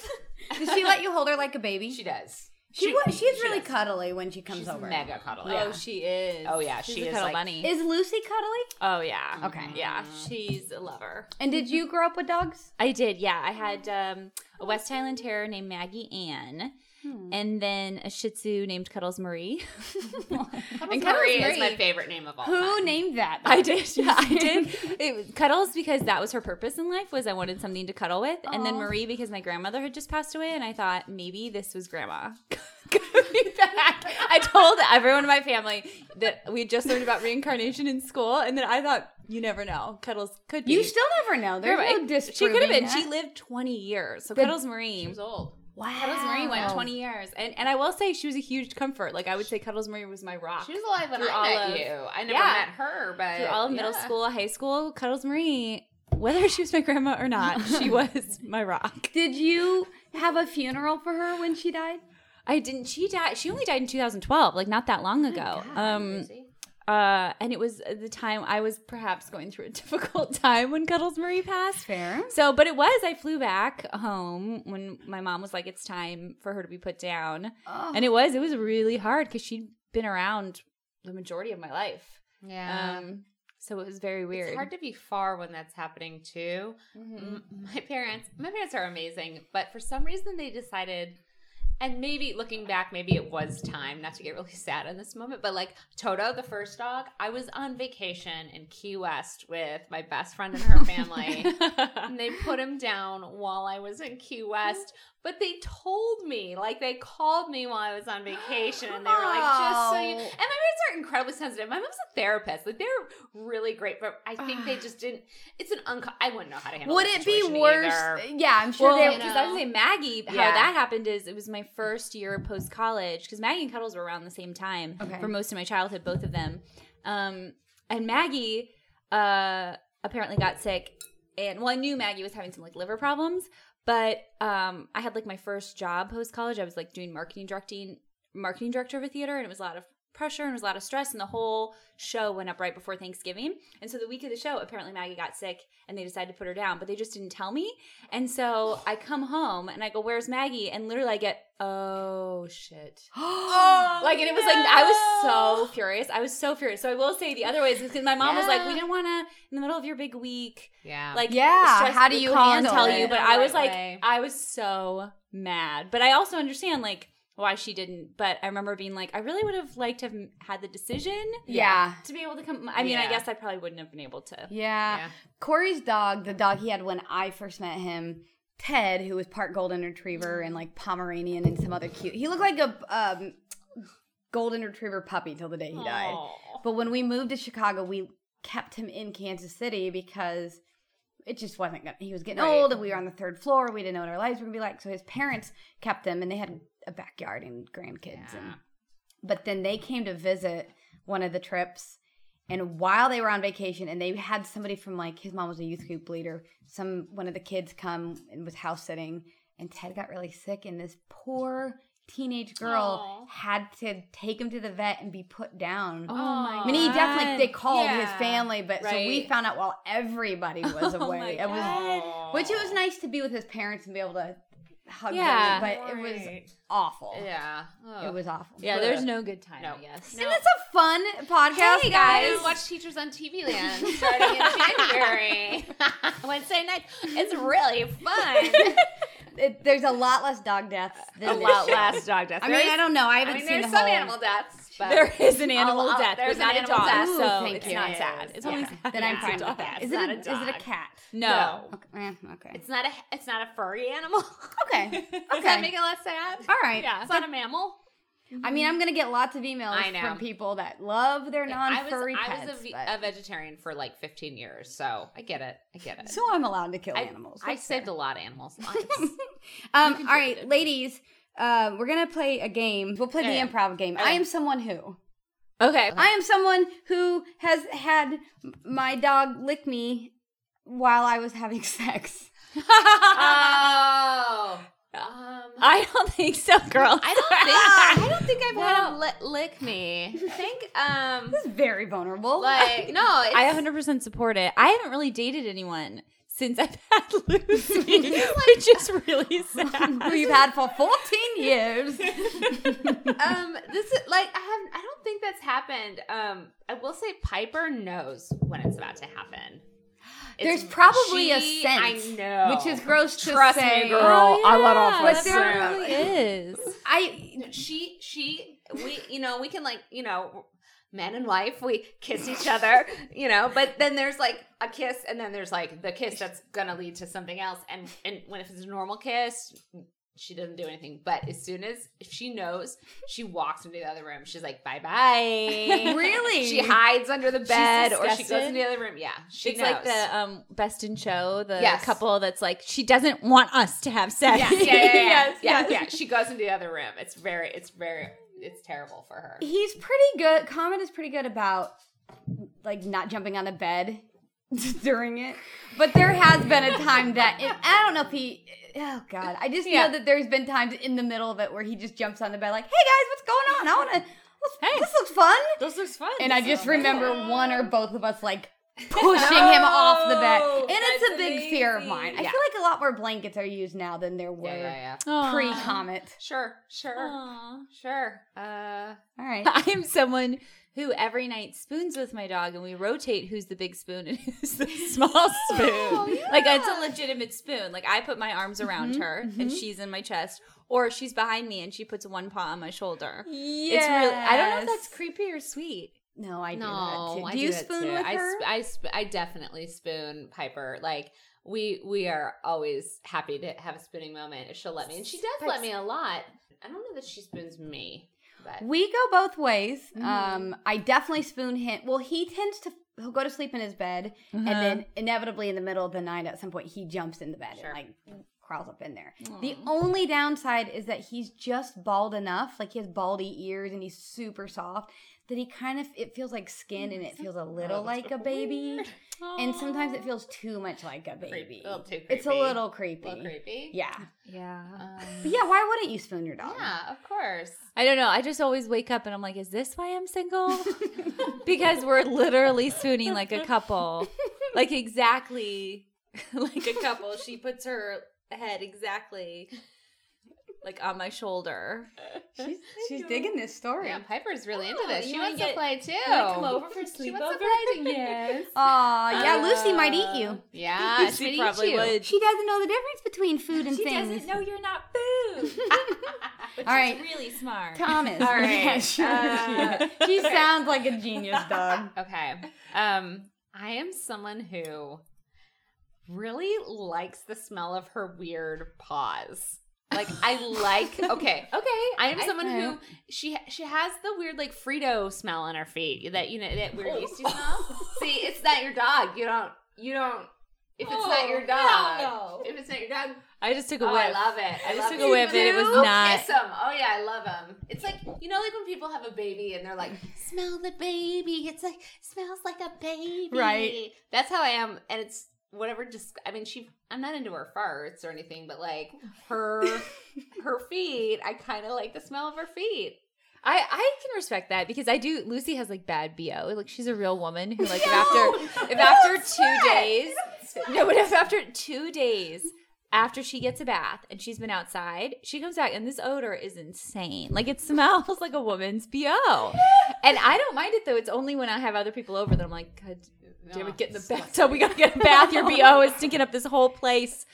Does she let you hold her like a baby?
she does.
She,
She-
wa- she's
she
really
does.
cuddly when she comes
She's
over.
mega cuddly.
Oh, she is.
Oh, yeah,
She's
she
a
is,
cuddle
like-
bunny.
Is Lucy cuddly?
oh yeah.
Okay.
Yeah, she's a lover.
And did you grow up with dogs?
I did, yeah. I
Oh.
had um, a West Highland Terrier named Maggie Ann,
Hmm.
and then a Shih Tzu named Cuddles Marie.
and Curry
Marie.
is my favorite name of all.
Who
time.
named that?
I did, yeah, I did. It was cuddles because that was her purpose in life was I wanted something to cuddle with, and then Marie because my grandmother had just passed away, and I thought maybe this was Grandma. coming back. I told everyone in my family that we had just learned about reincarnation in school, and then I thought you never know, cuddles could be.
You still never know. There's
Grandma.
no
she could have been.
disproving
She
that.
lived twenty years. So
The-
cuddles Marie.
She was old.
Wow.
Cuddles Marie went 20 years. And and I will say she was a huge comfort. Like I would say Cuddles Marie was my rock.
She was alive when
Through
I
all
met
of-
you. I never
yeah.
met her, but
Through all of middle
yeah.
school, high school, Cuddles Marie, whether she was my grandma or not, she was my rock.
Did you have a funeral for her when she died?
I didn't she died she only died in 2012, like not that long ago. um uh and it was the time I was perhaps going through a difficult time when Cuddles Marie passed.
Fair.
So, but it was. I flew back home when my mom was like, "It's time for her to be put down," and it was. It was really hard because she'd been around the majority of my life.
Yeah.
Um, So it was very weird.
It's hard to be far when that's happening too. M- My parents, my parents are amazing, but for some reason they decided, and maybe looking back, maybe it was time not to get really sad in this moment. But like Toto, the first dog, I was on vacation in Key West with my best friend and her family, and they put him down while I was in Key West. But they told me, like they called me while I was on vacation, and they were like, just so you.
Oh.
And my parents are incredibly sensitive. My mom's a therapist; like they're really great, but I think they just didn't. It's an unco- I wouldn't know how to handle.
Would
that
it be
situation
worse?
either.
Yeah, I'm sure
Well,
they
because I was gonna say Maggie, how
Yeah.
that happened is it was my first year post college because Maggie and Cuddles were around the same time
Okay.
for most of my childhood, both of them. Um, and Maggie uh, apparently got sick, and well, I knew Maggie was having some like liver problems, but um, I had like my first job post college. I was like doing marketing directing, marketing director of a theater, and it was a lot of pressure and it was a lot of stress, and the whole show went up right before Thanksgiving. And so the week of the show, apparently Maggie got sick, and they decided to put her down, but they just didn't tell me. And so I come home and I go, "Where's Maggie?" And literally, I get, "Oh shit!"
Oh,
like, and it was like I was so furious. I was so furious. So I will say the other way is because my mom was like, "We didn't want to in the middle of your big week,
Yeah.
like
Yeah,
stress-
how do
we
you
can't
handle
tell
it?
you?" But
The
I was
right
like,
way.
I was so mad. But I also understand like why she didn't. But I remember being like, I really would have liked to have had the decision
yeah.
to be able to come. I mean, I
Yeah.
guess I probably wouldn't have been able to.
Yeah.
Yeah.
Corey's dog, the dog he had when I first met him, Ted, who was part golden retriever and like Pomeranian and some other cute. He looked like a um, golden retriever puppy till the day he died. But when we moved to Chicago, we kept him in Kansas City because it just wasn't gonna. He was getting old, and we were on the third floor. We didn't know what our lives were gonna be like. So his parents kept him, and they had a backyard and grandkids. And but then they came to visit one of the trips, and while they were on vacation, and they had somebody from like his mom was a youth group leader. Some one of the kids come and was house sitting, and Ted got really sick, and this poor teenage girl had to take him to the vet and be put down.
Oh my!
I mean, he definitely
God.
they called his
Yeah.
family, but so we
Right.
found out while everybody was
Oh
away.
my
it was,
God.
which it was nice to be with his parents and be able to hug
Yeah.
them, but it was awful.
yeah.
It was awful.
Yeah, there's no good time.
No.
I guess.
Isn't this a fun podcast,
Hey guys, watch Teachers on TV Land starting in January. Wednesday night. It's really fun.
It- there's a lot less dog deaths. Than
a
there
lot
should.
less dog deaths.
I mean,
There is-
I don't know. I
I
haven't
mean,
seen the
there's some
whole-
animal deaths, but
There is an animal
I'll-
death,
Oh, there's
but
an
not a
animal
dog,
death.
so
Ooh, thank
it's
you.
not
It
sad.
is.
It's only
Yeah.
sad.
Then I'm
It's a
fine with
dog.
that. Is
It's
it
not
a,
a
is it a
dog.
cat?
No.
Okay. eh, okay.
It's not a it's not a furry animal.
Okay.
Does that
Okay.
make it less sad?
All right.
Yeah. It's not a mammal.
I mean, I'm gonna get lots of emails
I know.
from people that love their
I was,
non-furry
I
pets.
was a, ve-
but-
a vegetarian for like 15 years, so I get it. I get it.
so I'm allowed to kill
I,
animals.
I
That's fair.
saved a lot of animals' lives.
Um, all right, ladies, uh, we're gonna play a game. We'll play
Okay.
the improv game. I
Okay.
am someone who.
Okay.
I am someone who has had m- my dog lick me while I was having sex.
oh. Um,
I don't think so, girl.
I don't think I don't think I've had him li- lick me. I think um
This is very vulnerable.
like no, it's,
I 100 percent support it. I haven't really dated anyone since I've had Lucy, which is really sad.
We've had for 14 years.
um this is like I haven't I don't think that's happened. Um I will say Piper knows when it's about to happen. It's-
There's probably a
she-
sense,
I know.
which is gross to
Trust
say.
me, girl. Oh, I let off
But
my
there
scent.
really
is.
I
she she we you know we can like you know man and wife we kiss each other you know but then there's like a kiss and then there's like the kiss that's gonna lead to something else and and when if it's a normal kiss she doesn't do anything but as soon as if she knows she walks into the other room she's like bye bye
Really?
she hides under the bed or she goes
disgusted?
into the other room yeah she
It's
knows.
like the um, best in show, the
Yes.
couple that's like she doesn't want us to have sex.
yeah yeah yeah yeah,
Yes,
yeah,
yes.
yeah. she goes into the other room it's very it's very it's terrible for her
he's pretty good. Comet is pretty good about like not jumping on the bed during it. But there has been a time that it, I don't know if he. Oh God, I just know that there's been times in the middle of it where he just jumps on the bed like, "Hey guys, what's going on? I want to. Hey. This looks fun."
This looks fun.
And I just remember one or both of us like pushing him off the bed,
Oh,
and it's a
that's
big fear of mine. I
amazing.
feel like a lot more blankets are used now than there were
yeah yeah yeah
pre-comet.
Sure, sure, sure. Uh,
All right.
I am someone who every night spoons with my dog, and we rotate who's the big spoon and who's the small spoon. Like it's a legitimate spoon. Like I put my arms around her, and she's in my chest, or she's behind me and she puts one paw on my shoulder. It's really. I don't know if that's
Yes.
creepy or sweet.
No, I do that
No,
too.
I
Do you
that
spoon
too.
with
I,
her?
sp- I, sp- I definitely spoon Piper. Like we we are always happy to have a spooning moment if she'll let me, and she does let me a lot. I don't know that she spoons me, but
We go both ways.
Mm-hmm.
Um, I definitely spoon him. Well, he tends to he'll go to sleep in his bed, and then inevitably in the middle of the night, at some point, he jumps in the bed
Mm-hmm. Sure.
and like crawls up in there. The only downside is that he's just bald enough, like he has baldy ears, and he's super soft. That he kind of it feels like skin, and it feels a
Oh,
little like a baby, and sometimes it feels too much like a baby.
little too
It's a
creepy.
little creepy.
Little creepy. Um,
Yeah,
Yeah.
but yeah, why wouldn't you spoon your dog?
yeah, of course.
I don't know. I just always wake up and I'm like, is this why I'm single? because we're literally spooning like a couple. Like exactly like a couple. She puts her head exactly like on my shoulder.
She's, she's digging this story.
Yeah, Piper's really into
Oh,
this. She
you wanna
wants to
get-
play too.
wanna come over for
She wants to
sleepover?
play too. Yes.
Aw, yeah, Lucy might eat you.
Yeah, she, probably would.
She doesn't know the difference between food and
She
things.
doesn't know you're not food.
All
But she's
right.
really smart.
Thomas.
All right,
Yeah, sure.
uh,
she sounds like a genius dog.
Okay. Um, I am someone who really likes the smell of her weird paws. Like I like okay, okay. I am someone who she she has the weird like Frito smell on her feet that you know that
Oh.
weird yeasty smell. See, it's not your dog. You don't you don't if it's not your
Oh,
dog.
hell no.
If it's not your dog,
I just took a
Oh,
whiff.
I love it. I,
I just
love
took a whiff and it was
I'll
not-
Kiss him. Oh yeah, I love him. It's like you know, like when people have a baby and they're like, "Smell the baby." It's like smells like a baby.
Right.
That's how I am, and it's whatever. Just I mean, she. I'm not into her farts or anything, but like her, her feet. I kind of like the smell of her feet.
I, I can respect that because I do. Lucy has like bad bo. Like she's a real woman who like if after if after two days, no, but if after two days after she gets a bath and she's been outside, she comes back and this odor is insane. Like it smells like a woman's bo, and I don't mind it though. It's only when I have other people over that I'm like, God, damn it, get in the bathtub. We gotta get a bath. Your bo is stinking up this whole place.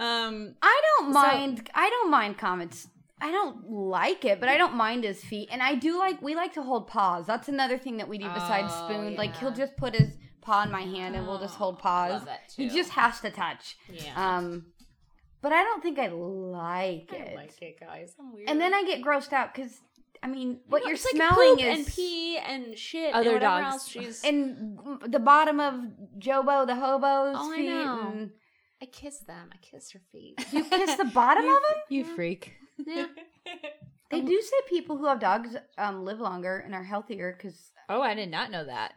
Um,
I don't mind. I don't mind comments. I don't like it, but I don't mind his feet, and I do like. We like to hold paws. That's another thing that we do besides
Oh,
spoon. Like he'll
yeah. Oh,
just put his paw in my hand, and we'll just hold paws.
love that
He
too.
just has to touch.
Yeah.
Um, but I don't think I like it.
it, guys. I'm weird.
And then I get grossed out because I mean, what you're
It's like
smelling
poop
is
and pee and shit.
Other
and whatever
dogs.
Else she's
and the bottom of Jobo the hobo's
Oh, I
feet.
know.
And
I kiss them. I kiss her feet.
you kiss the bottom of them.
you freak.
yeah.
They do say people who have dogs um, live longer and are healthier because
Oh, I did not know that.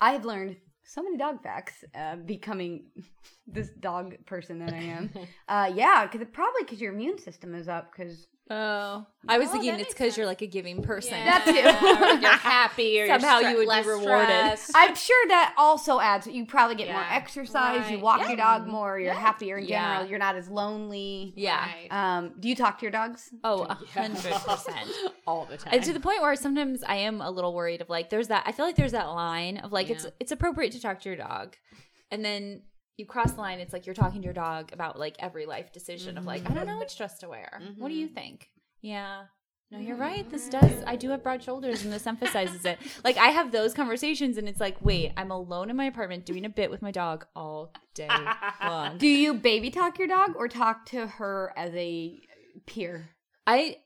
I have learned so many dog facts uh, becoming this dog person that I am. uh, yeah, because probably because your immune system is up because
Oh, I was
Oh,
thinking
that
it's
makes
because you're like a giving person.
That too.
Yeah, you're happy or you're
Somehow
stre-
you would be
less
rewarded.
stressed.
I'm sure that also adds. You probably get more
Yeah.
exercise. You
Right.
walk your dog more. You're happier in
Yeah.
general. You're not as lonely.
yeah.
Right.
Um, do you talk to your dogs?
Oh, a hundred percent.
all the time.
And to the point where sometimes I am a little worried of like, there's that. I feel like there's that line of like, it's
Yeah.
it's appropriate to talk to your dog, and then you cross the line. It's like you're talking to your dog about like every life decision of like, I
Mm-hmm.
don't know which dress to wear. What do you think? Yeah.
Mm-hmm.
No, you're right. This does. I do have broad shoulders, and this emphasizes it. Like I have those conversations, and it's like, wait, I'm alone in my apartment doing a bit with my dog all day long.
Do you baby talk your dog or talk to her as a peer?
I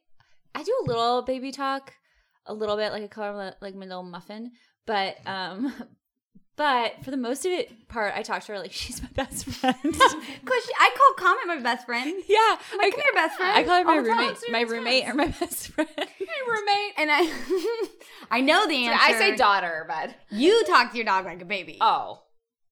I do a little baby talk, a little bit like a color like my little muffin, but um but for the most of it part I talk to her like she's my best friend.
Cause she, I call Comet my best friend.
yeah.
My
I,
come here, best friend.
I call her my
all the time.
roommate my roommate or my best friend.
roommate.
And I, I know the answer.
I say daughter, but
You talk to your dog like a baby.
oh,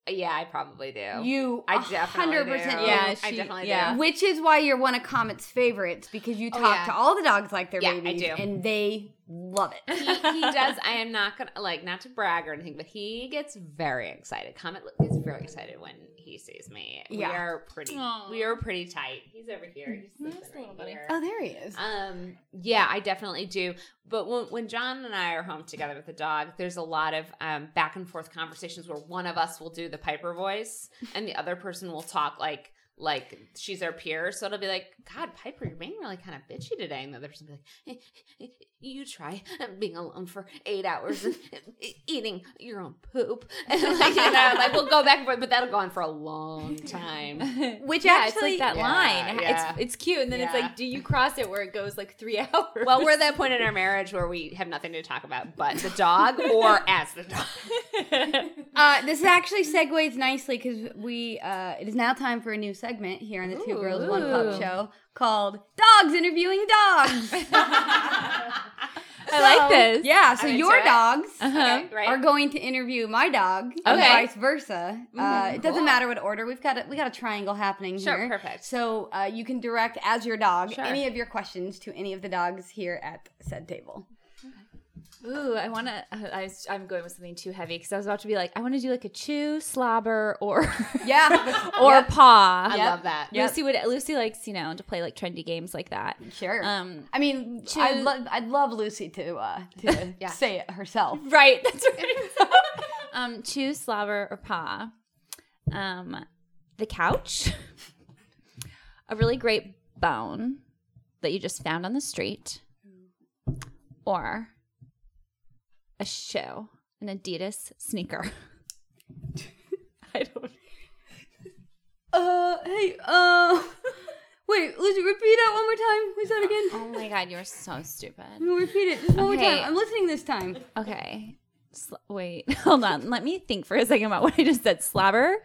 yeah, I probably do.
you,
I definitely
hundred
do.
percent.
Yeah,
I
she-
definitely
yeah.
do.
Which is why you're one of Comet's favorites because you
Oh,
talk
yeah.
to all the dogs like they're
Yeah, I
babies,
do.
and they love it.
He, he does. I am not gonna like not to brag or anything, but he gets very excited. Comet gets very excited when he he sees me.
Yeah.
We are pretty.
Aw.
We are pretty tight. He's over here. He's sleeping
Nice little
right
buddy.
here.
Oh, there he is.
Um, yeah, I definitely do. But when, when John and I are home together with the dog, there's a lot of um, back and forth conversations where one of us will do the Piper voice and the other person will talk like like she's our peer. So it'll be like, God, Piper, you're being really kind of bitchy today. And the other person will be like, "Eh, eh, You try uh, being alone for eight hours and uh, e-, eating your own poop. And like, you know, like we'll go back and forth, but that'll go on for a long time.
Which
Yeah, it's
actually,
like that
that line,
line.
it's it's cute, and then it's
Yeah.
like, do you cross it where it goes like three hours?
Well, we're at that point in our marriage where we have nothing to talk about but the dog or as the dog.
Uh, this actually segues nicely because we uh, it is now time for a new segment here on the Two Girls One Pup
Ooh.
show called Dogs Interviewing Dogs.
I like this.
Yeah, so
I'm into
your
it.
dogs
Uh-huh.
right?
are going to interview my dog, and
Okay.
vice versa. uh, it doesn't matter what order. We've got a, we got a triangle happening
Sure,
here.
perfect.
So uh, you can direct as your dog
Sure.
any of your questions to any of the dogs here at said table.
Ooh, I want to. I, was- I'm going with something too heavy because I was about to be like, I want to do like a chew, slobber, or
Yeah,
or
Yep.
paw.
I love that.
Lucy would. Lucy likes you know to play like trendy games like that.
sure.
Um,
I mean,
to-
I'd, lo- I'd love Lucy to uh, to
Yeah.
say it herself.
right. That's right. um, chew, slobber, or paw. Um, the couch. A really great bone that you just found on the street, or a shoe, an Adidas sneaker. I don't.
Uh, hey, uh, wait, Lucy, repeat that one more time. Who's that again?
Oh my god, you're so stupid.
Repeat it just one more
Okay.
time. I'm listening this time.
Okay. Sl- wait, hold on. Let me think for a second about what I just said. Slobber,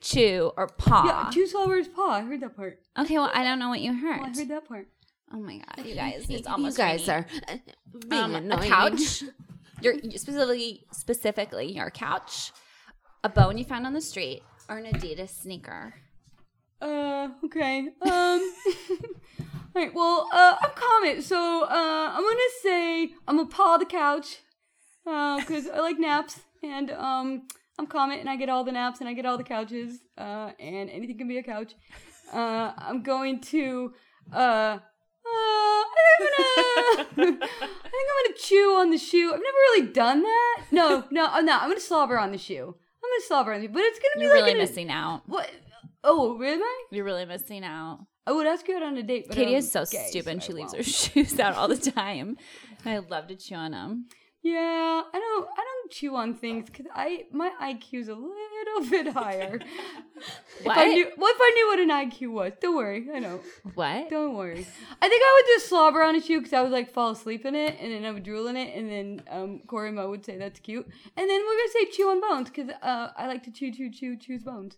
chew, or
Yeah,
paw.
two Slobber's paw. I heard that part.
okay, well, I don't know what you heard.
I heard that part.
Oh my god, you guys, it's
You
almost
guys
raining.
are uh, being
Um, a
annoying.
couch. Your specifically, specifically your couch, a bone you found on the street, or an Adidas sneaker.
Uh, okay. Um, all right. Well, uh, I'm Comet, so uh, I'm gonna say I'm a paw the couch, uh, cause I like naps, and um, I'm Comet, and I get all the naps, and I get all the couches, uh, and anything can be a couch. Uh, I'm going to, uh, uh, I'm gonna, I think I'm gonna chew on the shoe. I've never really done that. No, no, oh, no. I'm gonna slobber on the shoe. I'm gonna slobber on the, but it's gonna be
You're
like
really
an-
missing out.
What? Oh, really?
You're really missing out.
I would ask you out on a date, but
Katie
I'm
is so
gay,
stupid.
so
she
I
leaves her
won't.
shoes out all the time. I love to chew on them.
Yeah, I don't. I don't chew on things because I my IQ's a little bit higher. If
What?
I knew, well, if I knew what an IQ was, don't worry. I know.
what?
Don't worry. I think I would just slobber on a shoe because I would like fall asleep in it, and then I would drool in it, and then um, Corey Mo would say that's cute, and then we're gonna say chew on bones because uh, I like to chew, chew, chew, choose bones.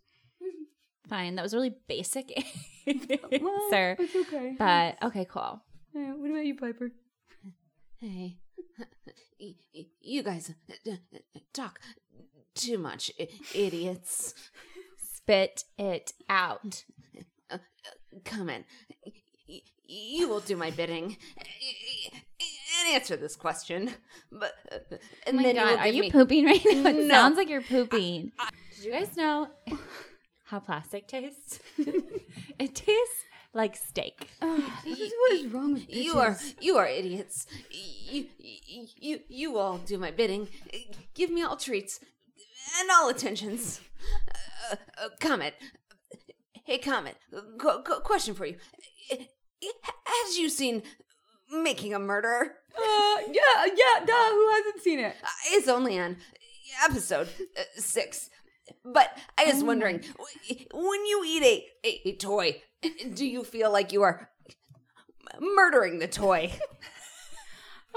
Fine. That was really basic
Well,
answer.
it's okay.
But okay, cool.
Yeah, what about you, Piper?
Hey, y- y- you guys uh, uh, talk too much, i- idiots.
Spit it out.
Come in. Y- y- You will do my bidding Y- y- and answer this question. But uh, and
Oh my
then you
god,
will
are
give
you
me-
pooping right now? It
No.
sounds like you're pooping. Did you guys know how plastic tastes? it tastes like steak.
This is what is wrong with
You are you are idiots. You you you, you all do my bidding. Give me all treats and all attentions. Uh, uh, Comet, hey Comet, qu- qu- question for you: Has you seen Making a Murderer?
Uh, yeah, yeah, duh. Who hasn't seen it?
Uh, It's only on episode uh, six. But I was wondering, w- when you eat a, a, a toy, do you feel like you are murdering the toy?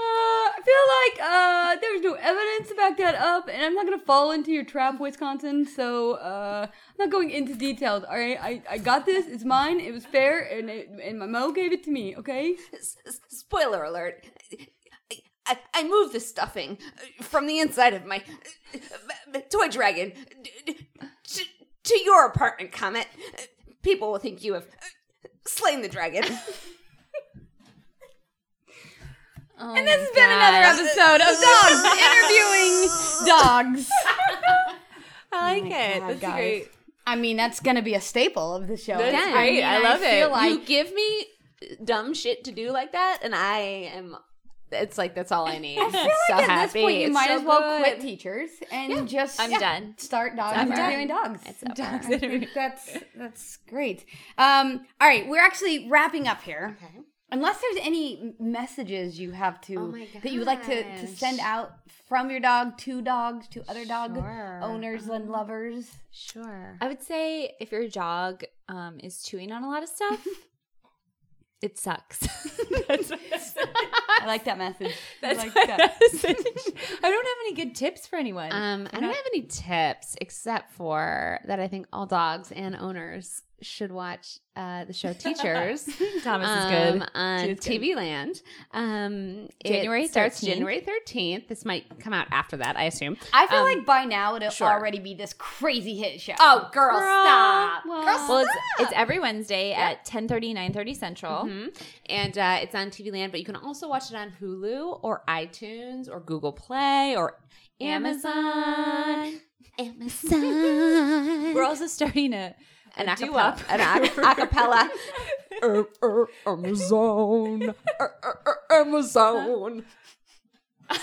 Uh, I feel like uh, there was no evidence to back that up, and I'm not gonna fall into your trap, Wisconsin. So uh, I'm not going into details. All right, I, I got this. It's mine. It was fair, and it, and my mo gave it to me. Okay.
S- s- spoiler alert. I, I, I moved the stuffing uh, from the inside of my uh, uh, toy dragon d- d- to, to your apartment, Comet. Uh, People will think you have uh, slain the dragon. Oh
and this has been another episode of Dogs interviewing dogs.
I like it.
Oh
That's guys. great. I mean, that's going to be a staple of the show.
That's
again.
great. I,
mean,
love
feel
it.
Like,
you give me dumb shit to do like that, and I am. It's like that's all I need. I feel so
at
happy.
this point, you
It's
might
so
as well
good.
quit teachers and just
I'm done.
start dogs
I'm
interviewing
done.
dogs.
It's over.
I think that's that's great. Um, all right, we're actually wrapping up here.
Okay.
Unless there's any m- messages you have to
Oh my
that you would like to, to send
gosh.
out from your dog to dogs to other dog
Sure. Uh-huh.
owners and lovers.
Sure.
I would say if your dog um, is chewing on a lot of stuff, it sucks. that's my,
I like that message. I
that's
like
my
that.
message. I don't have any good tips for anyone.
Um, I don't have any tips except for that I think all dogs and owners should watch uh, the show Teachers.
Thomas is
um,
good.
on
She is good.
TV Land. Um, it
January
starts
13th.
January thirteenth. This might come out after that, I assume.
I feel
Um,
like by now it'll
sure.
already be this crazy hit show.
Oh, girl, stop!
Well, it's, it's every Wednesday at 10.30, 9.30 Central.
Mhm. And uh, it's on TV Land, but you can also watch it on Hulu or iTunes or Google Play or Amazon. Amazon.
We're also starting a,
an
a do
acapella.
up.
An ac- acapella. Er, er, Amazon. Er, er, er, Amazon.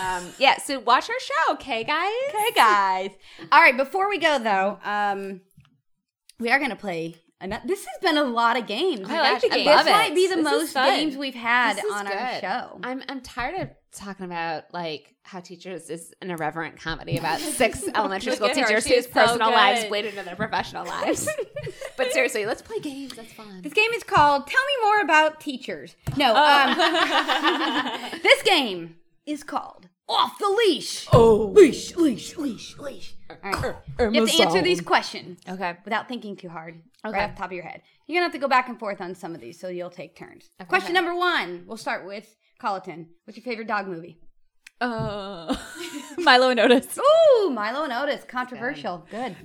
Um, yeah, so watch our show, okay, guys?
Hey guys. All right, before we go though, um we are gonna play another this has been a lot of games.
I like the games.
This
Love it.
might be the
This is
most
fun.
games we've had
This is
on our
good.
show.
I'm I'm tired of talking about like how teachers is an irreverent comedy about six elementary
Look
school
at her.
teachers
She's
whose personal
so
lives
good.
bleed into their professional lives. but seriously, let's play games. That's fun.
this game is called Tell Me More About Teachers. No,
Oh.
um This game is called Off the Leash. Oh leash, leash, leash, leash. All right. You have to answer these questions.
Okay.
without thinking too hard right off the top of your head. You're gonna have to go back and forth on some of these, so you'll take turns. Question number one. We'll start with Colleton. What's your favorite dog movie?
Uh, Milo and Otis.
Ooh, Milo and Otis. Controversial. Good.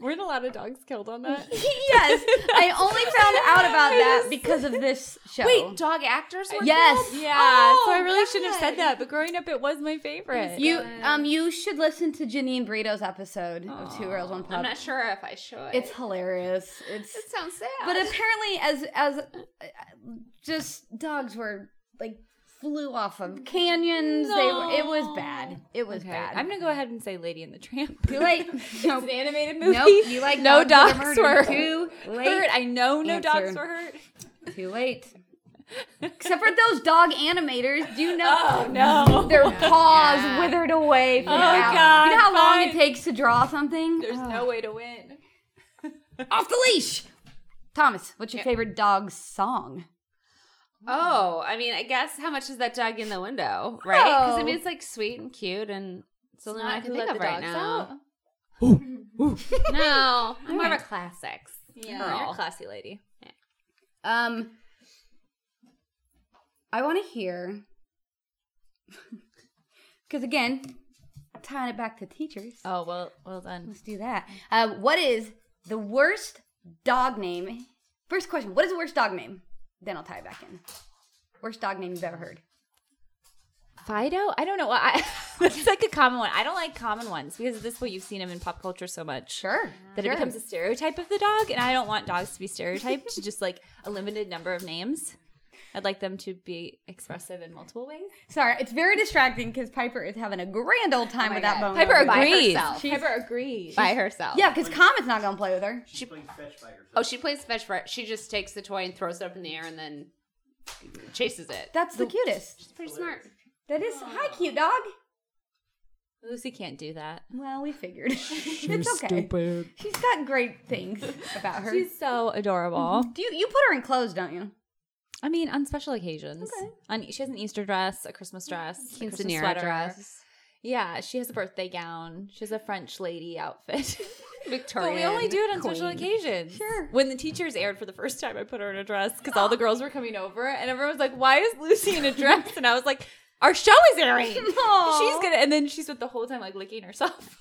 Weren't a lot of dogs killed on that?
yes, I only found out about that because of this show.
Wait, dog actors were
Yes. Oh,
Yeah, so I really shouldn't have said that. But growing up, it was my favorite.
You um you should listen to Janine Burrito's episode of Two Girls One Pup.
I'm not sure if I should.
It's hilarious. It's
it sounds sad.
but apparently as as uh, just dogs were like flew off of canyons they were it was bad it was
Okay,
bad
I'm gonna go ahead and say Lady and the Tramp.
too late
It's
nope.
an animated movie.
nope you like
no
that
dogs
murder.
were
too late
hurt. I know no dogs
Answer.
were hurt.
too late except for those dog animators do you know
Oh no.
their paws withered away from
Oh,
how-
God,
you know how long it
fine.
takes to draw something
There's
Oh.
no way to win.
off the leash thomas what's your favorite dog song
oh, I mean, I guess how much is that dog in the window, right? Because I mean,
Oh.
it's like sweet and cute, and it's the only
Not
one I can
who
think
let
of
the
right
dogs
now.
out?
no, I'm more of a classics.
Yeah,
Girl.
you're a classy lady.
Um, I want to hear because again, tying it back to teachers.
Oh well, well done.
Let's do that. Uh, what is the worst dog name? First question: What is the worst dog name? Then I'll tie it back in. Worst dog name you've ever heard?
Fido? I don't know. I, that's like a common one. I don't like common ones because at this point you've seen them in pop culture so much.
Sure.
That
sure.
it becomes a stereotype of the dog, and I don't want dogs to be stereotyped to just like a limited number of names. I'd like them to be expressive in multiple ways.
Sorry, it's very distracting because Piper is having a grand old time with that bone.
Oh Piper
over there.
agrees.
herself.
Piper agrees.
By herself.
Yeah, because Comet's not gonna play with her.
She plays fetch by herself. Oh, she plays fetch for She just takes the toy and throws it up in the air and then chases it.
That's the cutest.
That's pretty smart.
That is. Hi, cute dog.
Lucy can't do that.
Well, we figured. it's okay. She's got great things about her.
She's so adorable.
Do you you put her in clothes, don't you?
I mean, on special occasions. On she has an Easter dress, a Christmas dress, a Christmas
Quinceanera
sweater.
dress.
Yeah, she has a birthday gown. She has a French lady outfit.
Victorian.
but we only do it on special occasions. Sure. When the teachers aired for the first time, I put her in a dress because all the girls were coming over, and everyone was like, "Why is Lucy in a dress?" And I was like, "Our show is airing. She's gonna." And then she spent the whole time like licking herself.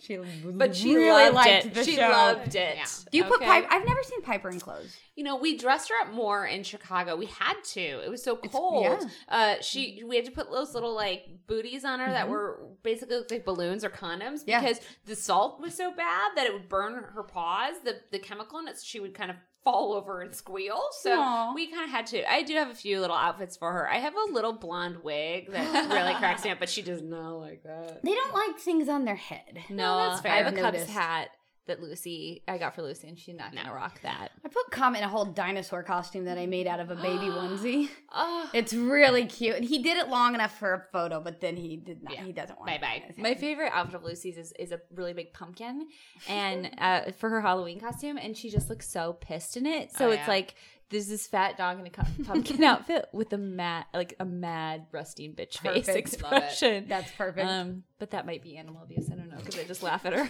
She
But she
really
loved
liked
it.
the
she
show.
loved it.
Yeah.
Do you put
Okay.
Piper? I've never seen Piper in clothes.
You know, we dressed her up more in Chicago. We had to. It was so cold. Uh, she, we had to put those little like booties on her
Mm-hmm.
that were basically looked like balloons or condoms
Yeah.
because the salt was so bad that it would burn her paws. The the chemical and it, she would kind of fall over and squeal. So
Aw.
we kind of had to. I do have a few little outfits for her. I have a little blonde wig that really cracks me up, but she does not like that.
They don't like things on their head.
No,
that's fair.
I have a
I've
Cubs
noticed.
hat that Lucy I got for Lucy, and she's not gonna rock that.
I put Comet in a whole dinosaur costume that I made out of a baby onesie.
Oh,
It's really cute. And he did it long enough for a photo, but then he did not. He doesn't want. it
Bye-bye.
on his
my
head.
favorite outfit of Lucy's is, is a really big pumpkin, and uh, for her Halloween costume, and she just looks so pissed in it. So
Oh,
it's
yeah.
like there's this fat dog in a cu- pumpkin outfit with a mad, like a mad rusty bitch face
Perfect.
Love it.
expression.
That's perfect.
Um, but that might be animal abuse. I don't know because I just laugh at her.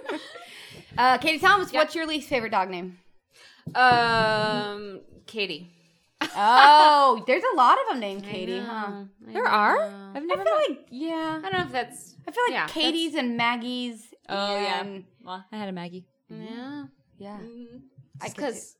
uh, Katie Thomas, what's your least favorite dog name?
Uh,
Um, Katie.
Oh, there's a lot of them named Katie, huh?
there are. I've
I
never.
feel like yeah.
I don't know if that's.
I feel like
Yeah, that's-
Katie's and Maggie's.
oh yeah.
and-
Well, I had a Maggie.
Yeah.
yeah.
Because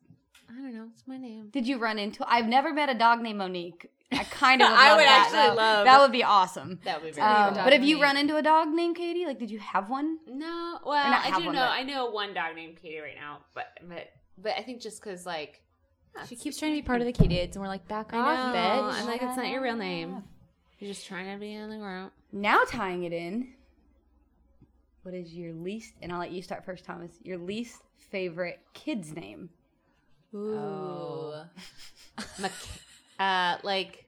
I don't know, it's my name.
Mm-hmm. Did you run into? I've never met a dog named Monique. I kind of. Would
I
love
would
that,
actually
though.
love-
That would be awesome.
That would be
Um,
cool.
but have you run into a dog named Katie? Like, did you have one?
No,
Or
well,
not
I
have
do
one,
know.
but-
I know one dog named Katie right now, but but but I think just because like
She keeps trying to be part of the kids, and we're like, back off, bitch.
I'm like, that's not your real name. You're just trying to be in the group.
Now tying it in. What is your least? And I'll let you start first, Thomas. Your least favorite kid's name?
Ooh.
Mc- uh, like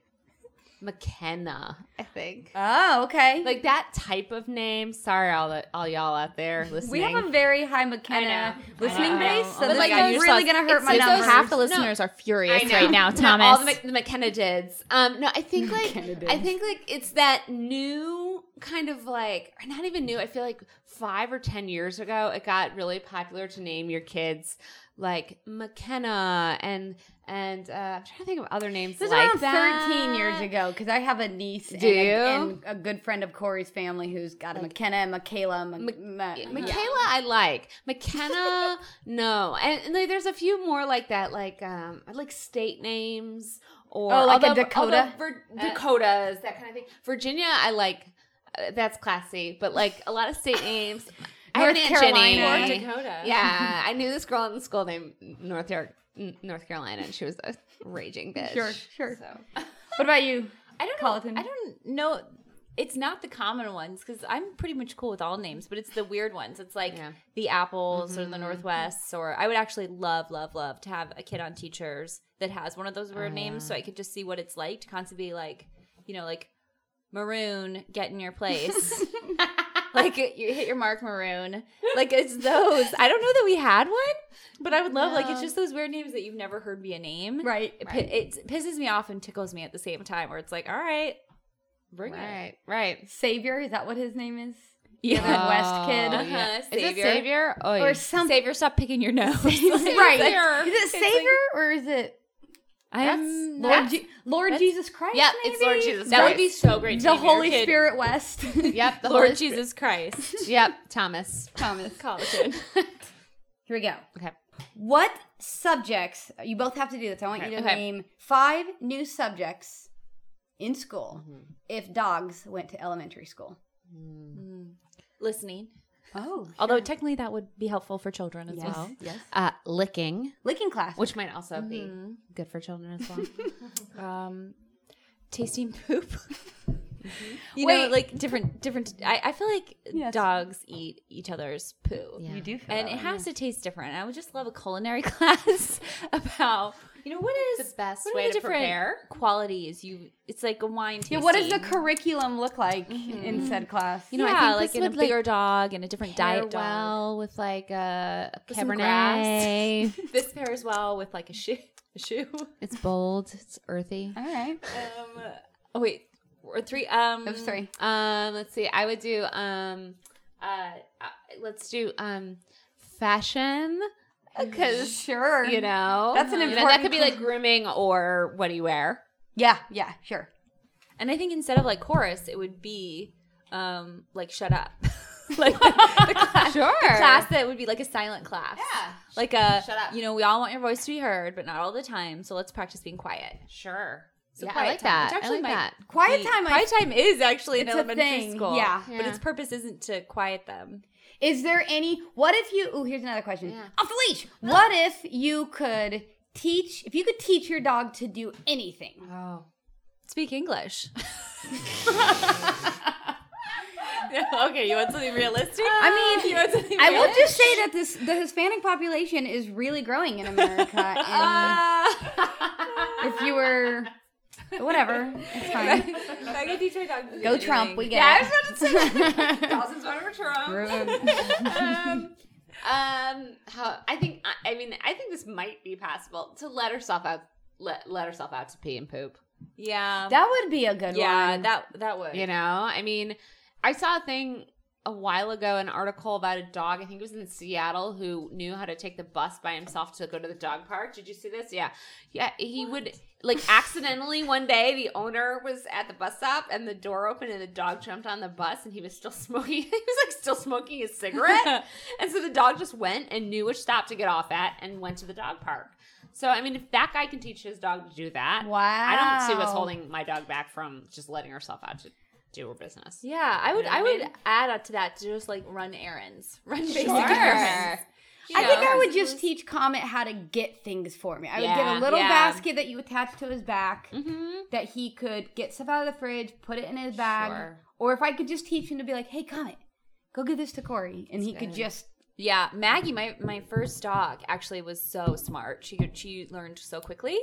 McKenna, I think.
Oh, okay.
Like that type of name. Sorry, all the, all y'all out there listening.
we have a very high McKenna listening
I know.
base, so
But,
this
like,
is
those-
really gonna hurt
it's
my
like those
numbers.
half the
listeners are furious
I know. No, all the, Mc- the McKenna dids. Um, no, I think like
McKenna
I
dids.
think like it's that new kind of like or not even new. I feel like five or ten years ago, it got really popular to name your kids like McKenna and and uh, I'm trying to think of other names
This is
like
around
that.
13 years ago because I have a niece and
Do
a,
you?
and a good friend of Corey's family who's got a McKenna and Michaela. Ma- Ma-
Michaela, I like McKenna. no, and, and like, there's a few more like that, like um, like state names or
Oh, like a
although-
Dakota?
although Vir- Dakotas, that kind of thing. Virginia, I like. Uh, that's classy, but like a lot of state names. I have an
North
Aunt Jenny.
Carolina.
North Dakota.
Yeah, I knew this girl in school named North York, North Carolina, and she was a raging bitch.
Sure, sure.
So.
What about you?
I don't
Colleton.
know. I don't know. It's not the common ones because I'm pretty much cool with all names, but it's the weird ones. It's like
Yeah.
the apples or the Northwests, or I would actually love, love, love to have a kid on teachers that has one of those weird names, so I could just see what it's like to constantly be like, you know, like maroon, get in your place. like you hit your mark maroon like it's those i don't know that we had one but i would love like it's just those weird names that you've never heard be a name
Right.
it, pi- it pisses me off and tickles me at the same time where it's like all right bring it
Right, right.
Savior, is that what his name is?
yeah
That West kid.
Uh-huh,
Is it
Savior.
Savior? Oh,
Or
yeah.
some
savior stop picking your nose Like,
right.
Savior.
Is it
It's like,
Savior or is it
I'm
Lord,
not-
Je- Lord
that's-
Jesus Christ?
Yep, it's Lord
maybe?
Jesus.
that would
Christ.
be so great to
The
name your
Holy
kid.
Spirit West.
Yep, the
lord
Holy Spirit.
jesus christ
Yep, Thomas.
Thomas.
Colleton.
Here we go.
Okay.
What subjects you both have to do this? I want you to
Okay.
name five new subjects in school if dogs went to elementary school.
listening
Oh,
although technically that would be helpful for children as
yes,
well
yes.
Uh, licking,
Licking class.
which might also be good for children as well.
um tasting poop you
Wait.
know like different different i, I feel like
Yes.
dogs eat each other's poo
Yeah.
you do, feel
and
that
it
way.
has to taste different. I would just love a culinary class about you know what is
The best
what are
way
the
to
different
prepare?
qualities. You it's like a wine. Tasting.
Yeah, what does the curriculum look like in said class?
you know
Yeah,
I think
like
like in
this
a
would, like,
bigger dog and a different diet dog.
well with like a
With some
Cabernet.
grass. this pairs well with like a shoe. A shoe.
it's bold. It's earthy.
All right.
Um, oh wait, or three. Um,
That was three.
Um, let's see. I would do um, uh, uh, let's do um, fashion because
Sure.
you know
That's an
You know, that
important
could be like grooming or what do you wear.
Yeah, yeah, sure.
And I think instead of like chorus, it would be um like shut up. like the, the class,
Sure.
the class that would be like a silent class.
Yeah.
Like a,
Shut up.
you know, we all want your voice to be heard, but not all the time. So let's practice being quiet.
Sure.
So
yeah, I
quiet
like
time,
that.
which
I
actually
like
might
that.
Quiet
be-
time, I-
Quiet time is actually in
It's a
elementary
thing,
school.
yeah.
But its
Yeah.
purpose isn't to quiet them.
Is there any? What if you? Oh, here's another question.
Yeah.
Off the leash. What if you could teach? If you could teach your dog to do anything,
Oh.
Speak English. okay, you want something realistic?
I mean,
you want something
I will
realistic?
just say that this the Hispanic population is really growing in America. And if you were, whatever, it's fine.
I can teach my dog. to do
Go Trump. We get
Yeah, I
it.
was about to say Dawson's one over Trump.
um, um, how, I think. I, I mean, I think this might be possible to let herself out. Let, let herself out to pee and poop.
Yeah.
that would be a good
yeah,
one.
that that would.
You know, I mean, I saw a thing a while ago, an article about a dog. I think it was in Seattle who knew how to take the bus by himself to go to the dog park. Did you see this? Yeah, yeah. He would like accidentally one day the owner was at the bus stop and the door opened and the dog jumped on the bus and he was still smoking. he was like still smoking his cigarette, and so the dog just went and knew which stop to get off at and went to the dog park. So I mean, if that guy can teach his dog to do that,
Wow.
I don't see what's holding my dog back from just letting herself out to do her business.
Yeah, I would.
You know
I
what I
would
mean?
add up to that to just like run errands, run basic
Sure.
errands. you
I think
know?
I would just teach Comet how to get things for me. I would get a
Yeah,
little
yeah.
basket that you attach to his back
Mm-hmm.
that he could get stuff out of the fridge, put it in his bag,
Sure.
or if I could just teach him to be like, "Hey, Comet, go get this to Corey," and he could just
Yeah, Maggie, my my first dog, actually was so smart. She she learned so quickly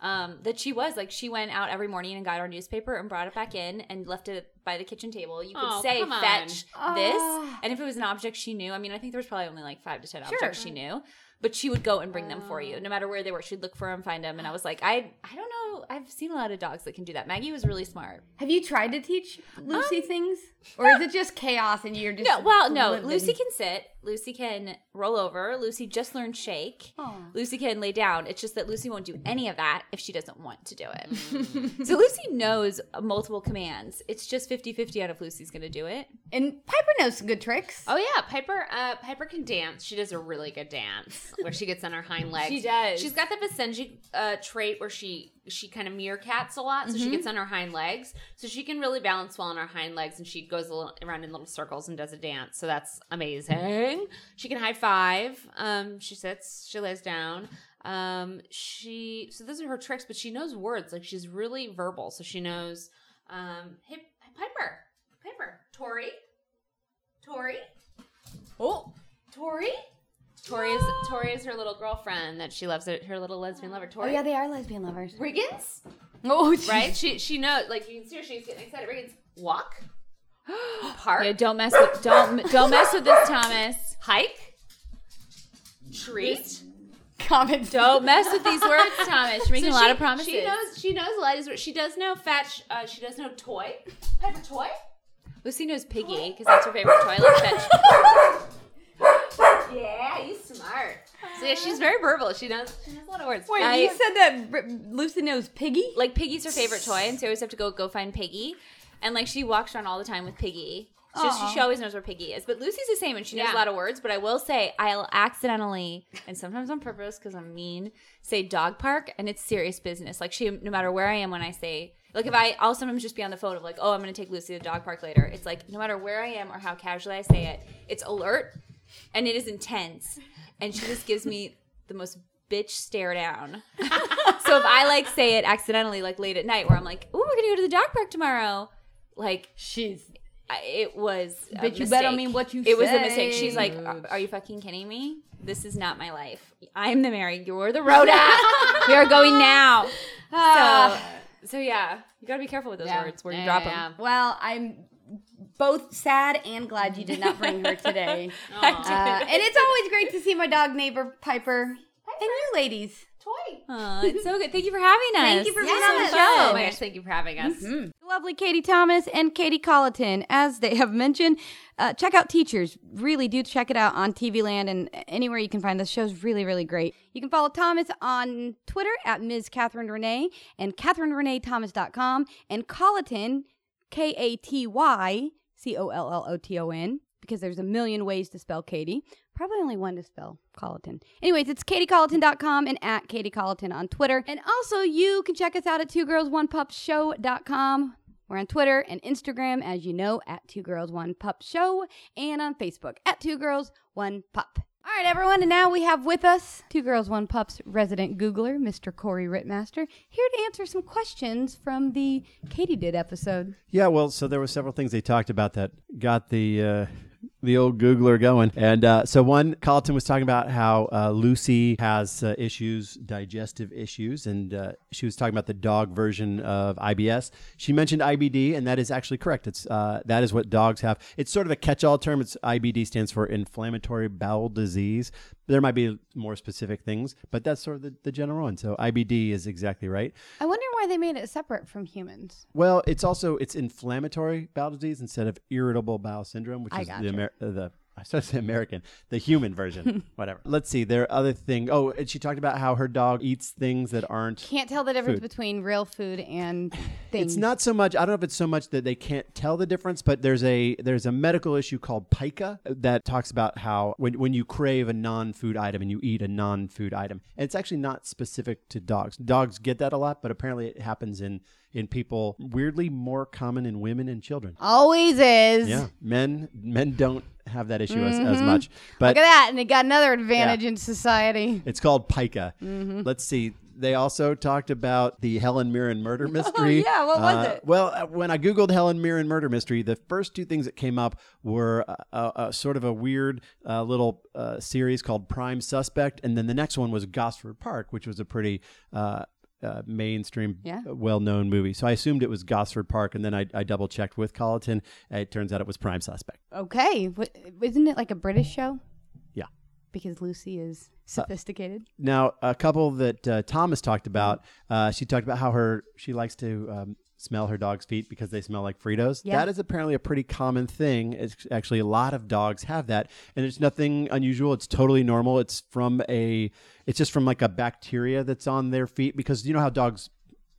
um, that she was like she went out every morning and got our newspaper and brought it back in and left it by the kitchen table. You could
Oh,
say
come on.
fetch this,
Ah.
and if it was an object she knew, I mean, I think there was probably only like five to ten
Sure.
objects she knew, but she would go and bring them for
Oh.
you, no matter where they were. She'd look for them, find them, and I was like, I I don't know. I've seen a lot of dogs that can do that. Maggie was really smart.
Have you tried to teach Lucy things, or is it just chaos and you're just
Um, No, well, no.
living?
Lucy can sit. Lucy can roll over. Lucy just learned shake.
Aw.
Lucy can lay down. It's just that Lucy won't do any of that if she doesn't want to do
Mm.
it. so Lucy knows multiple commands. It's just 50-50 on if Lucy's going to do it.
And Piper knows some good tricks.
Oh yeah, Piper. Uh, Piper can dance. She does a really good dance where she gets on her hind legs.
She does.
She's got the Vicenji uh, trait where she she kind of meerkats a lot, so she gets on her hind legs. So she can really balance well on her hind legs, and she goes a little, around in little circles and does a dance. So that's amazing. She can high five. Um, she sits. She lays down. Um, she so those are her tricks, but she knows words. Like she's really verbal, so she knows. Um, hey, Piper, Piper, Tori, Tori. Oh, Tori. Tori is Tori is her little girlfriend that she loves. Her, her little lesbian lover,
Oh
Tori.
yeah, they are lesbian lovers.
Riggins,
Oh,
right? she she knows. Like you can see her. She's getting excited. Riggins, walk, park,
Yeah, don't mess with don't don't mess with this, Thomas.
hike, treat.
Comment.
Don't mess with these words, Thomas. You're making
So
a lot
she-
of promises.
She knows. She knows a lot of these words. She does know fetch. Uh, she does know toy. Piper toy.
Lucy knows Piggy because that's her favorite toy. Like fetch.
Yeah, you smart. So yeah, she's very verbal. She knows. She knows a lot of words.
Wait,
I-
you said that R- Lucy knows Piggy.
Like Piggy's her favorite toy, and so we always have to go go find Piggy. And like she walks around all the time with Piggy. She, just,
Aw.
she always knows where Piggy is. But Lucy's the same, and she knows
Yeah.
a lot of words. But I will say, I'll accidentally, and sometimes on purpose because I'm mean, say dog park, and it's serious business. Like she, no matter where I am, when I say. Like if I, I'll sometimes just be on the phone of like, oh, I'm gonna take Lucy to dog park later. It's like no matter where I am or how casually I say it, it's alert and it is intense. And she just gives me the most bitch stare down. so if I like say it accidentally, like late at night, where I'm like, "Ooh, we're gonna go to the dog park tomorrow," like
She's
I, it was. a
Bitch, you better
mistake.
mean what you
It was a
say.
mistake. She's like, are, "Are you fucking kidding me? This is not my life. I'm the Mary. You're the Rhoda. we are going now." So, Ah. so yeah, you gotta be careful with those words where you drop them.
well. I'm both sad and glad you did not bring her today. uh, and it's always great to see my dog neighbor Piper. and you ladies.
Toy.
Aw, it's so good. Thank you for having us.
Thank you for being on the
Oh
show.
my gosh, thank you for having us.
Lovely Katie Thomas and Katie Colleton, as they have mentioned, uh, check out Teachers. Really do check it out on TV Land and anywhere you can find this show's really, really great. You can follow Thomas on Twitter at Ms. Catherine Renee and CatherineReneeThomas.com and Colleton, K A T Y C O L L O T O N. because there's a million ways to spell Katie. Probably only one to spell Colleton. Anyways, it's katiecolleton.com and at Katie Colleton on Twitter. And also, you can check us out at two girls one pup show.com. We're on Twitter and Instagram, as you know, at Two Girls One Pup Show, and on Facebook at Two Girls One Pup. All right, everyone, and now we have with us Two Girls One Pup's resident Googler, Mr. Corey Rittmaster, here to answer some questions from the Katie Did episode.
Yeah, well, so there were several things they talked about that got the uh, the old Googler going, and uh, so one, Colleton was talking about how uh, Lucy has uh, issues, digestive issues, and uh, she was talking about the dog version of IBS. She mentioned IBD, and that is actually correct. It's uh, that is what dogs have. It's sort of a catch-all term. It's IBD stands for inflammatory bowel disease. There might be more specific things, but that's sort of the, the general one. So IBD is exactly right.
I wonder why they made it separate from humans.
Well, it's also it's inflammatory bowel disease instead of irritable bowel syndrome, which
I
is
gotcha.
the Amer- uh, the I said the American, the human version, whatever. Let's see. Their other thing. Oh, and she talked about how her dog eats things that aren't.
Can't tell the difference
Food.
between real food and things.
It's not so much. I don't know if it's so much that they can't tell the difference, but there's a there's a medical issue called pica that talks about how when when you crave a non-food item and you eat a non-food item, and it's actually not specific to dogs. Dogs get that a lot, but apparently it happens in in people weirdly more common in women and children.
Always is.
Yeah, men men don't have that issue as, as much.
Mm-hmm. Look
But
at that, and it got another advantage in society.
it's called pica.
Mm-hmm.
Let's see. They also talked about the Helen Mirren murder mystery.
Oh, yeah, what was
Uh,
it?
Well, uh, when I googled Helen Mirren murder mystery, the first two things that came up were uh, uh, uh, sort of a weird uh, little uh, series called Prime Suspect, and then the next one was Gosford Park, which was a pretty. Uh, uh, mainstream, uh,
Yeah.
well-known movie. So I assumed it was Gosford Park, and then I, I double-checked with Colleton. It turns out it was Prime Suspect.
Okay, Wh- isn't it like a British show?
Yeah. Uh,
Because Lucy is sophisticated.
Now, a couple that uh, Thomas talked about, uh, she talked about how her she likes to um, smell her dog's feet because they smell like Fritos.
Yeah.
That is apparently a pretty common thing. It's actually a lot of dogs have that, and it's nothing unusual. It's totally normal. It's from a, it's just from like a bacteria that's on their feet because you know how dogs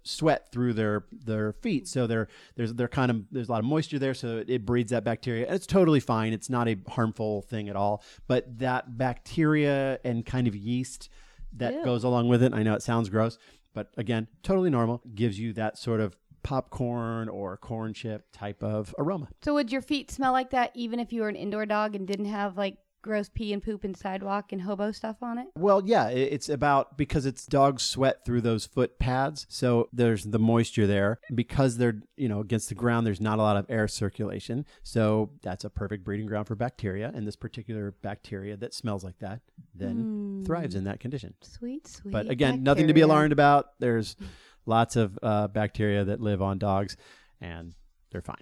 sweat through their their feet so they're there's they're kind of there's a lot of moisture there so it, it breeds that bacteria and it's totally fine it's not a harmful thing at all but that bacteria and kind of yeast that goes along with it i know it sounds gross but again totally normal gives you that sort of popcorn or corn chip type of aroma
So would your feet smell like that even if you were an indoor dog and didn't have like gross pee and poop and sidewalk and hobo stuff on it?
Well, yeah, i- it's about because it's dogs sweat through those foot pads, so there's the moisture there. Because they're you know against the ground, there's not a lot of air circulation, so that's a perfect breeding ground for bacteria. And this particular bacteria that smells like that then thrives in that condition.
Sweet, sweet.
But again, nothing to be
bacteria.
alarmed about. There's lots of uh, bacteria that live on dogs, and they're fine.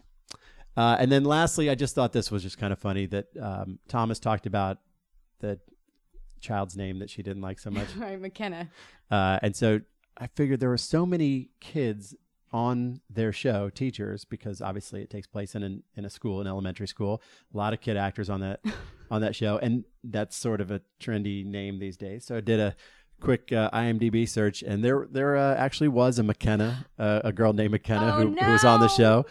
Uh, and then lastly, I just thought this was just kind of funny that um, Thomas talked about the child's name that she didn't like so much.
All right, McKenna.
Uh, and so I figured there were so many kids on their show, teachers, because obviously it takes place in an, in a school, an elementary school. A lot of kid actors on that on that show, and that's sort of a trendy name these days. So I did a quick uh, IMDb search, and there there uh, actually was a McKenna, uh, a girl named McKenna
Oh,
who, who was on the
no.
show,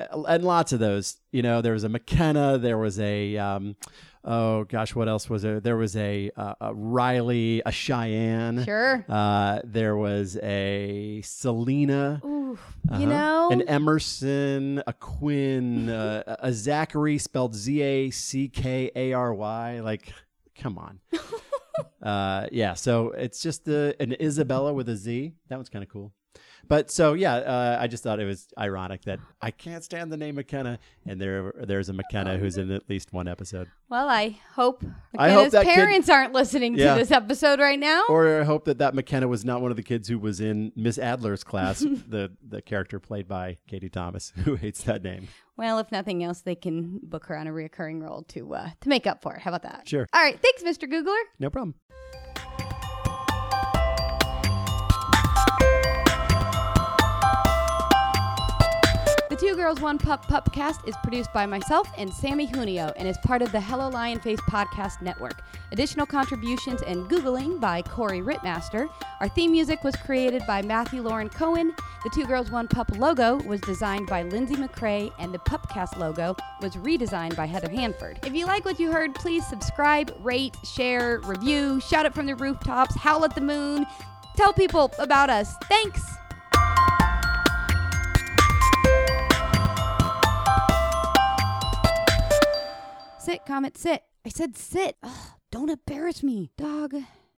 Uh, and lots of those. You know, there was a McKenna, there was a um, oh gosh, what else was there? There was a, uh, a Riley, a Cheyenne.
Sure.
Uh, there was a Selena,
Ooh,
uh-huh,
you know,
an Emerson, a Quinn, uh, a Zachary spelled Z A C K A R Y. Like, come on. uh, yeah. So it's just the an Isabella with a Z. That one's kind of cool. But so yeah, uh, I just thought it was ironic that I can't stand the name McKenna, and there there's a McKenna who's in at least one episode.
well, I hope
I hope
McKenna's
that kid-
parents aren't listening
Yeah.
to this episode right now.
Or I hope that that McKenna was not one of the kids who was in Miss Adler's class, the the character played by Katie Thomas, who hates that name.
Well, if nothing else, they can book her on a reoccurring role to uh, to make up for it. How about that?
Sure.
All right, thanks, Mr. Googler.
No problem.
The Two Girls One Pup Pupcast is produced by myself and Sammy Junio and is part of the Hello Lion Face Podcast Network. Additional contributions and Googling by Corey Rittmaster. Our theme music was created by Matthew Lauren Cohen. The Two Girls One Pup logo was designed by Lindsay McCrae and the Pupcast logo was redesigned by Heather Hanford. If you like what you heard, please subscribe, rate, share, review, shout it from the rooftops, howl at the moon, tell people about us. Thanks! Sit, Comet, sit. I said sit. Ugh, don't embarrass me, dog.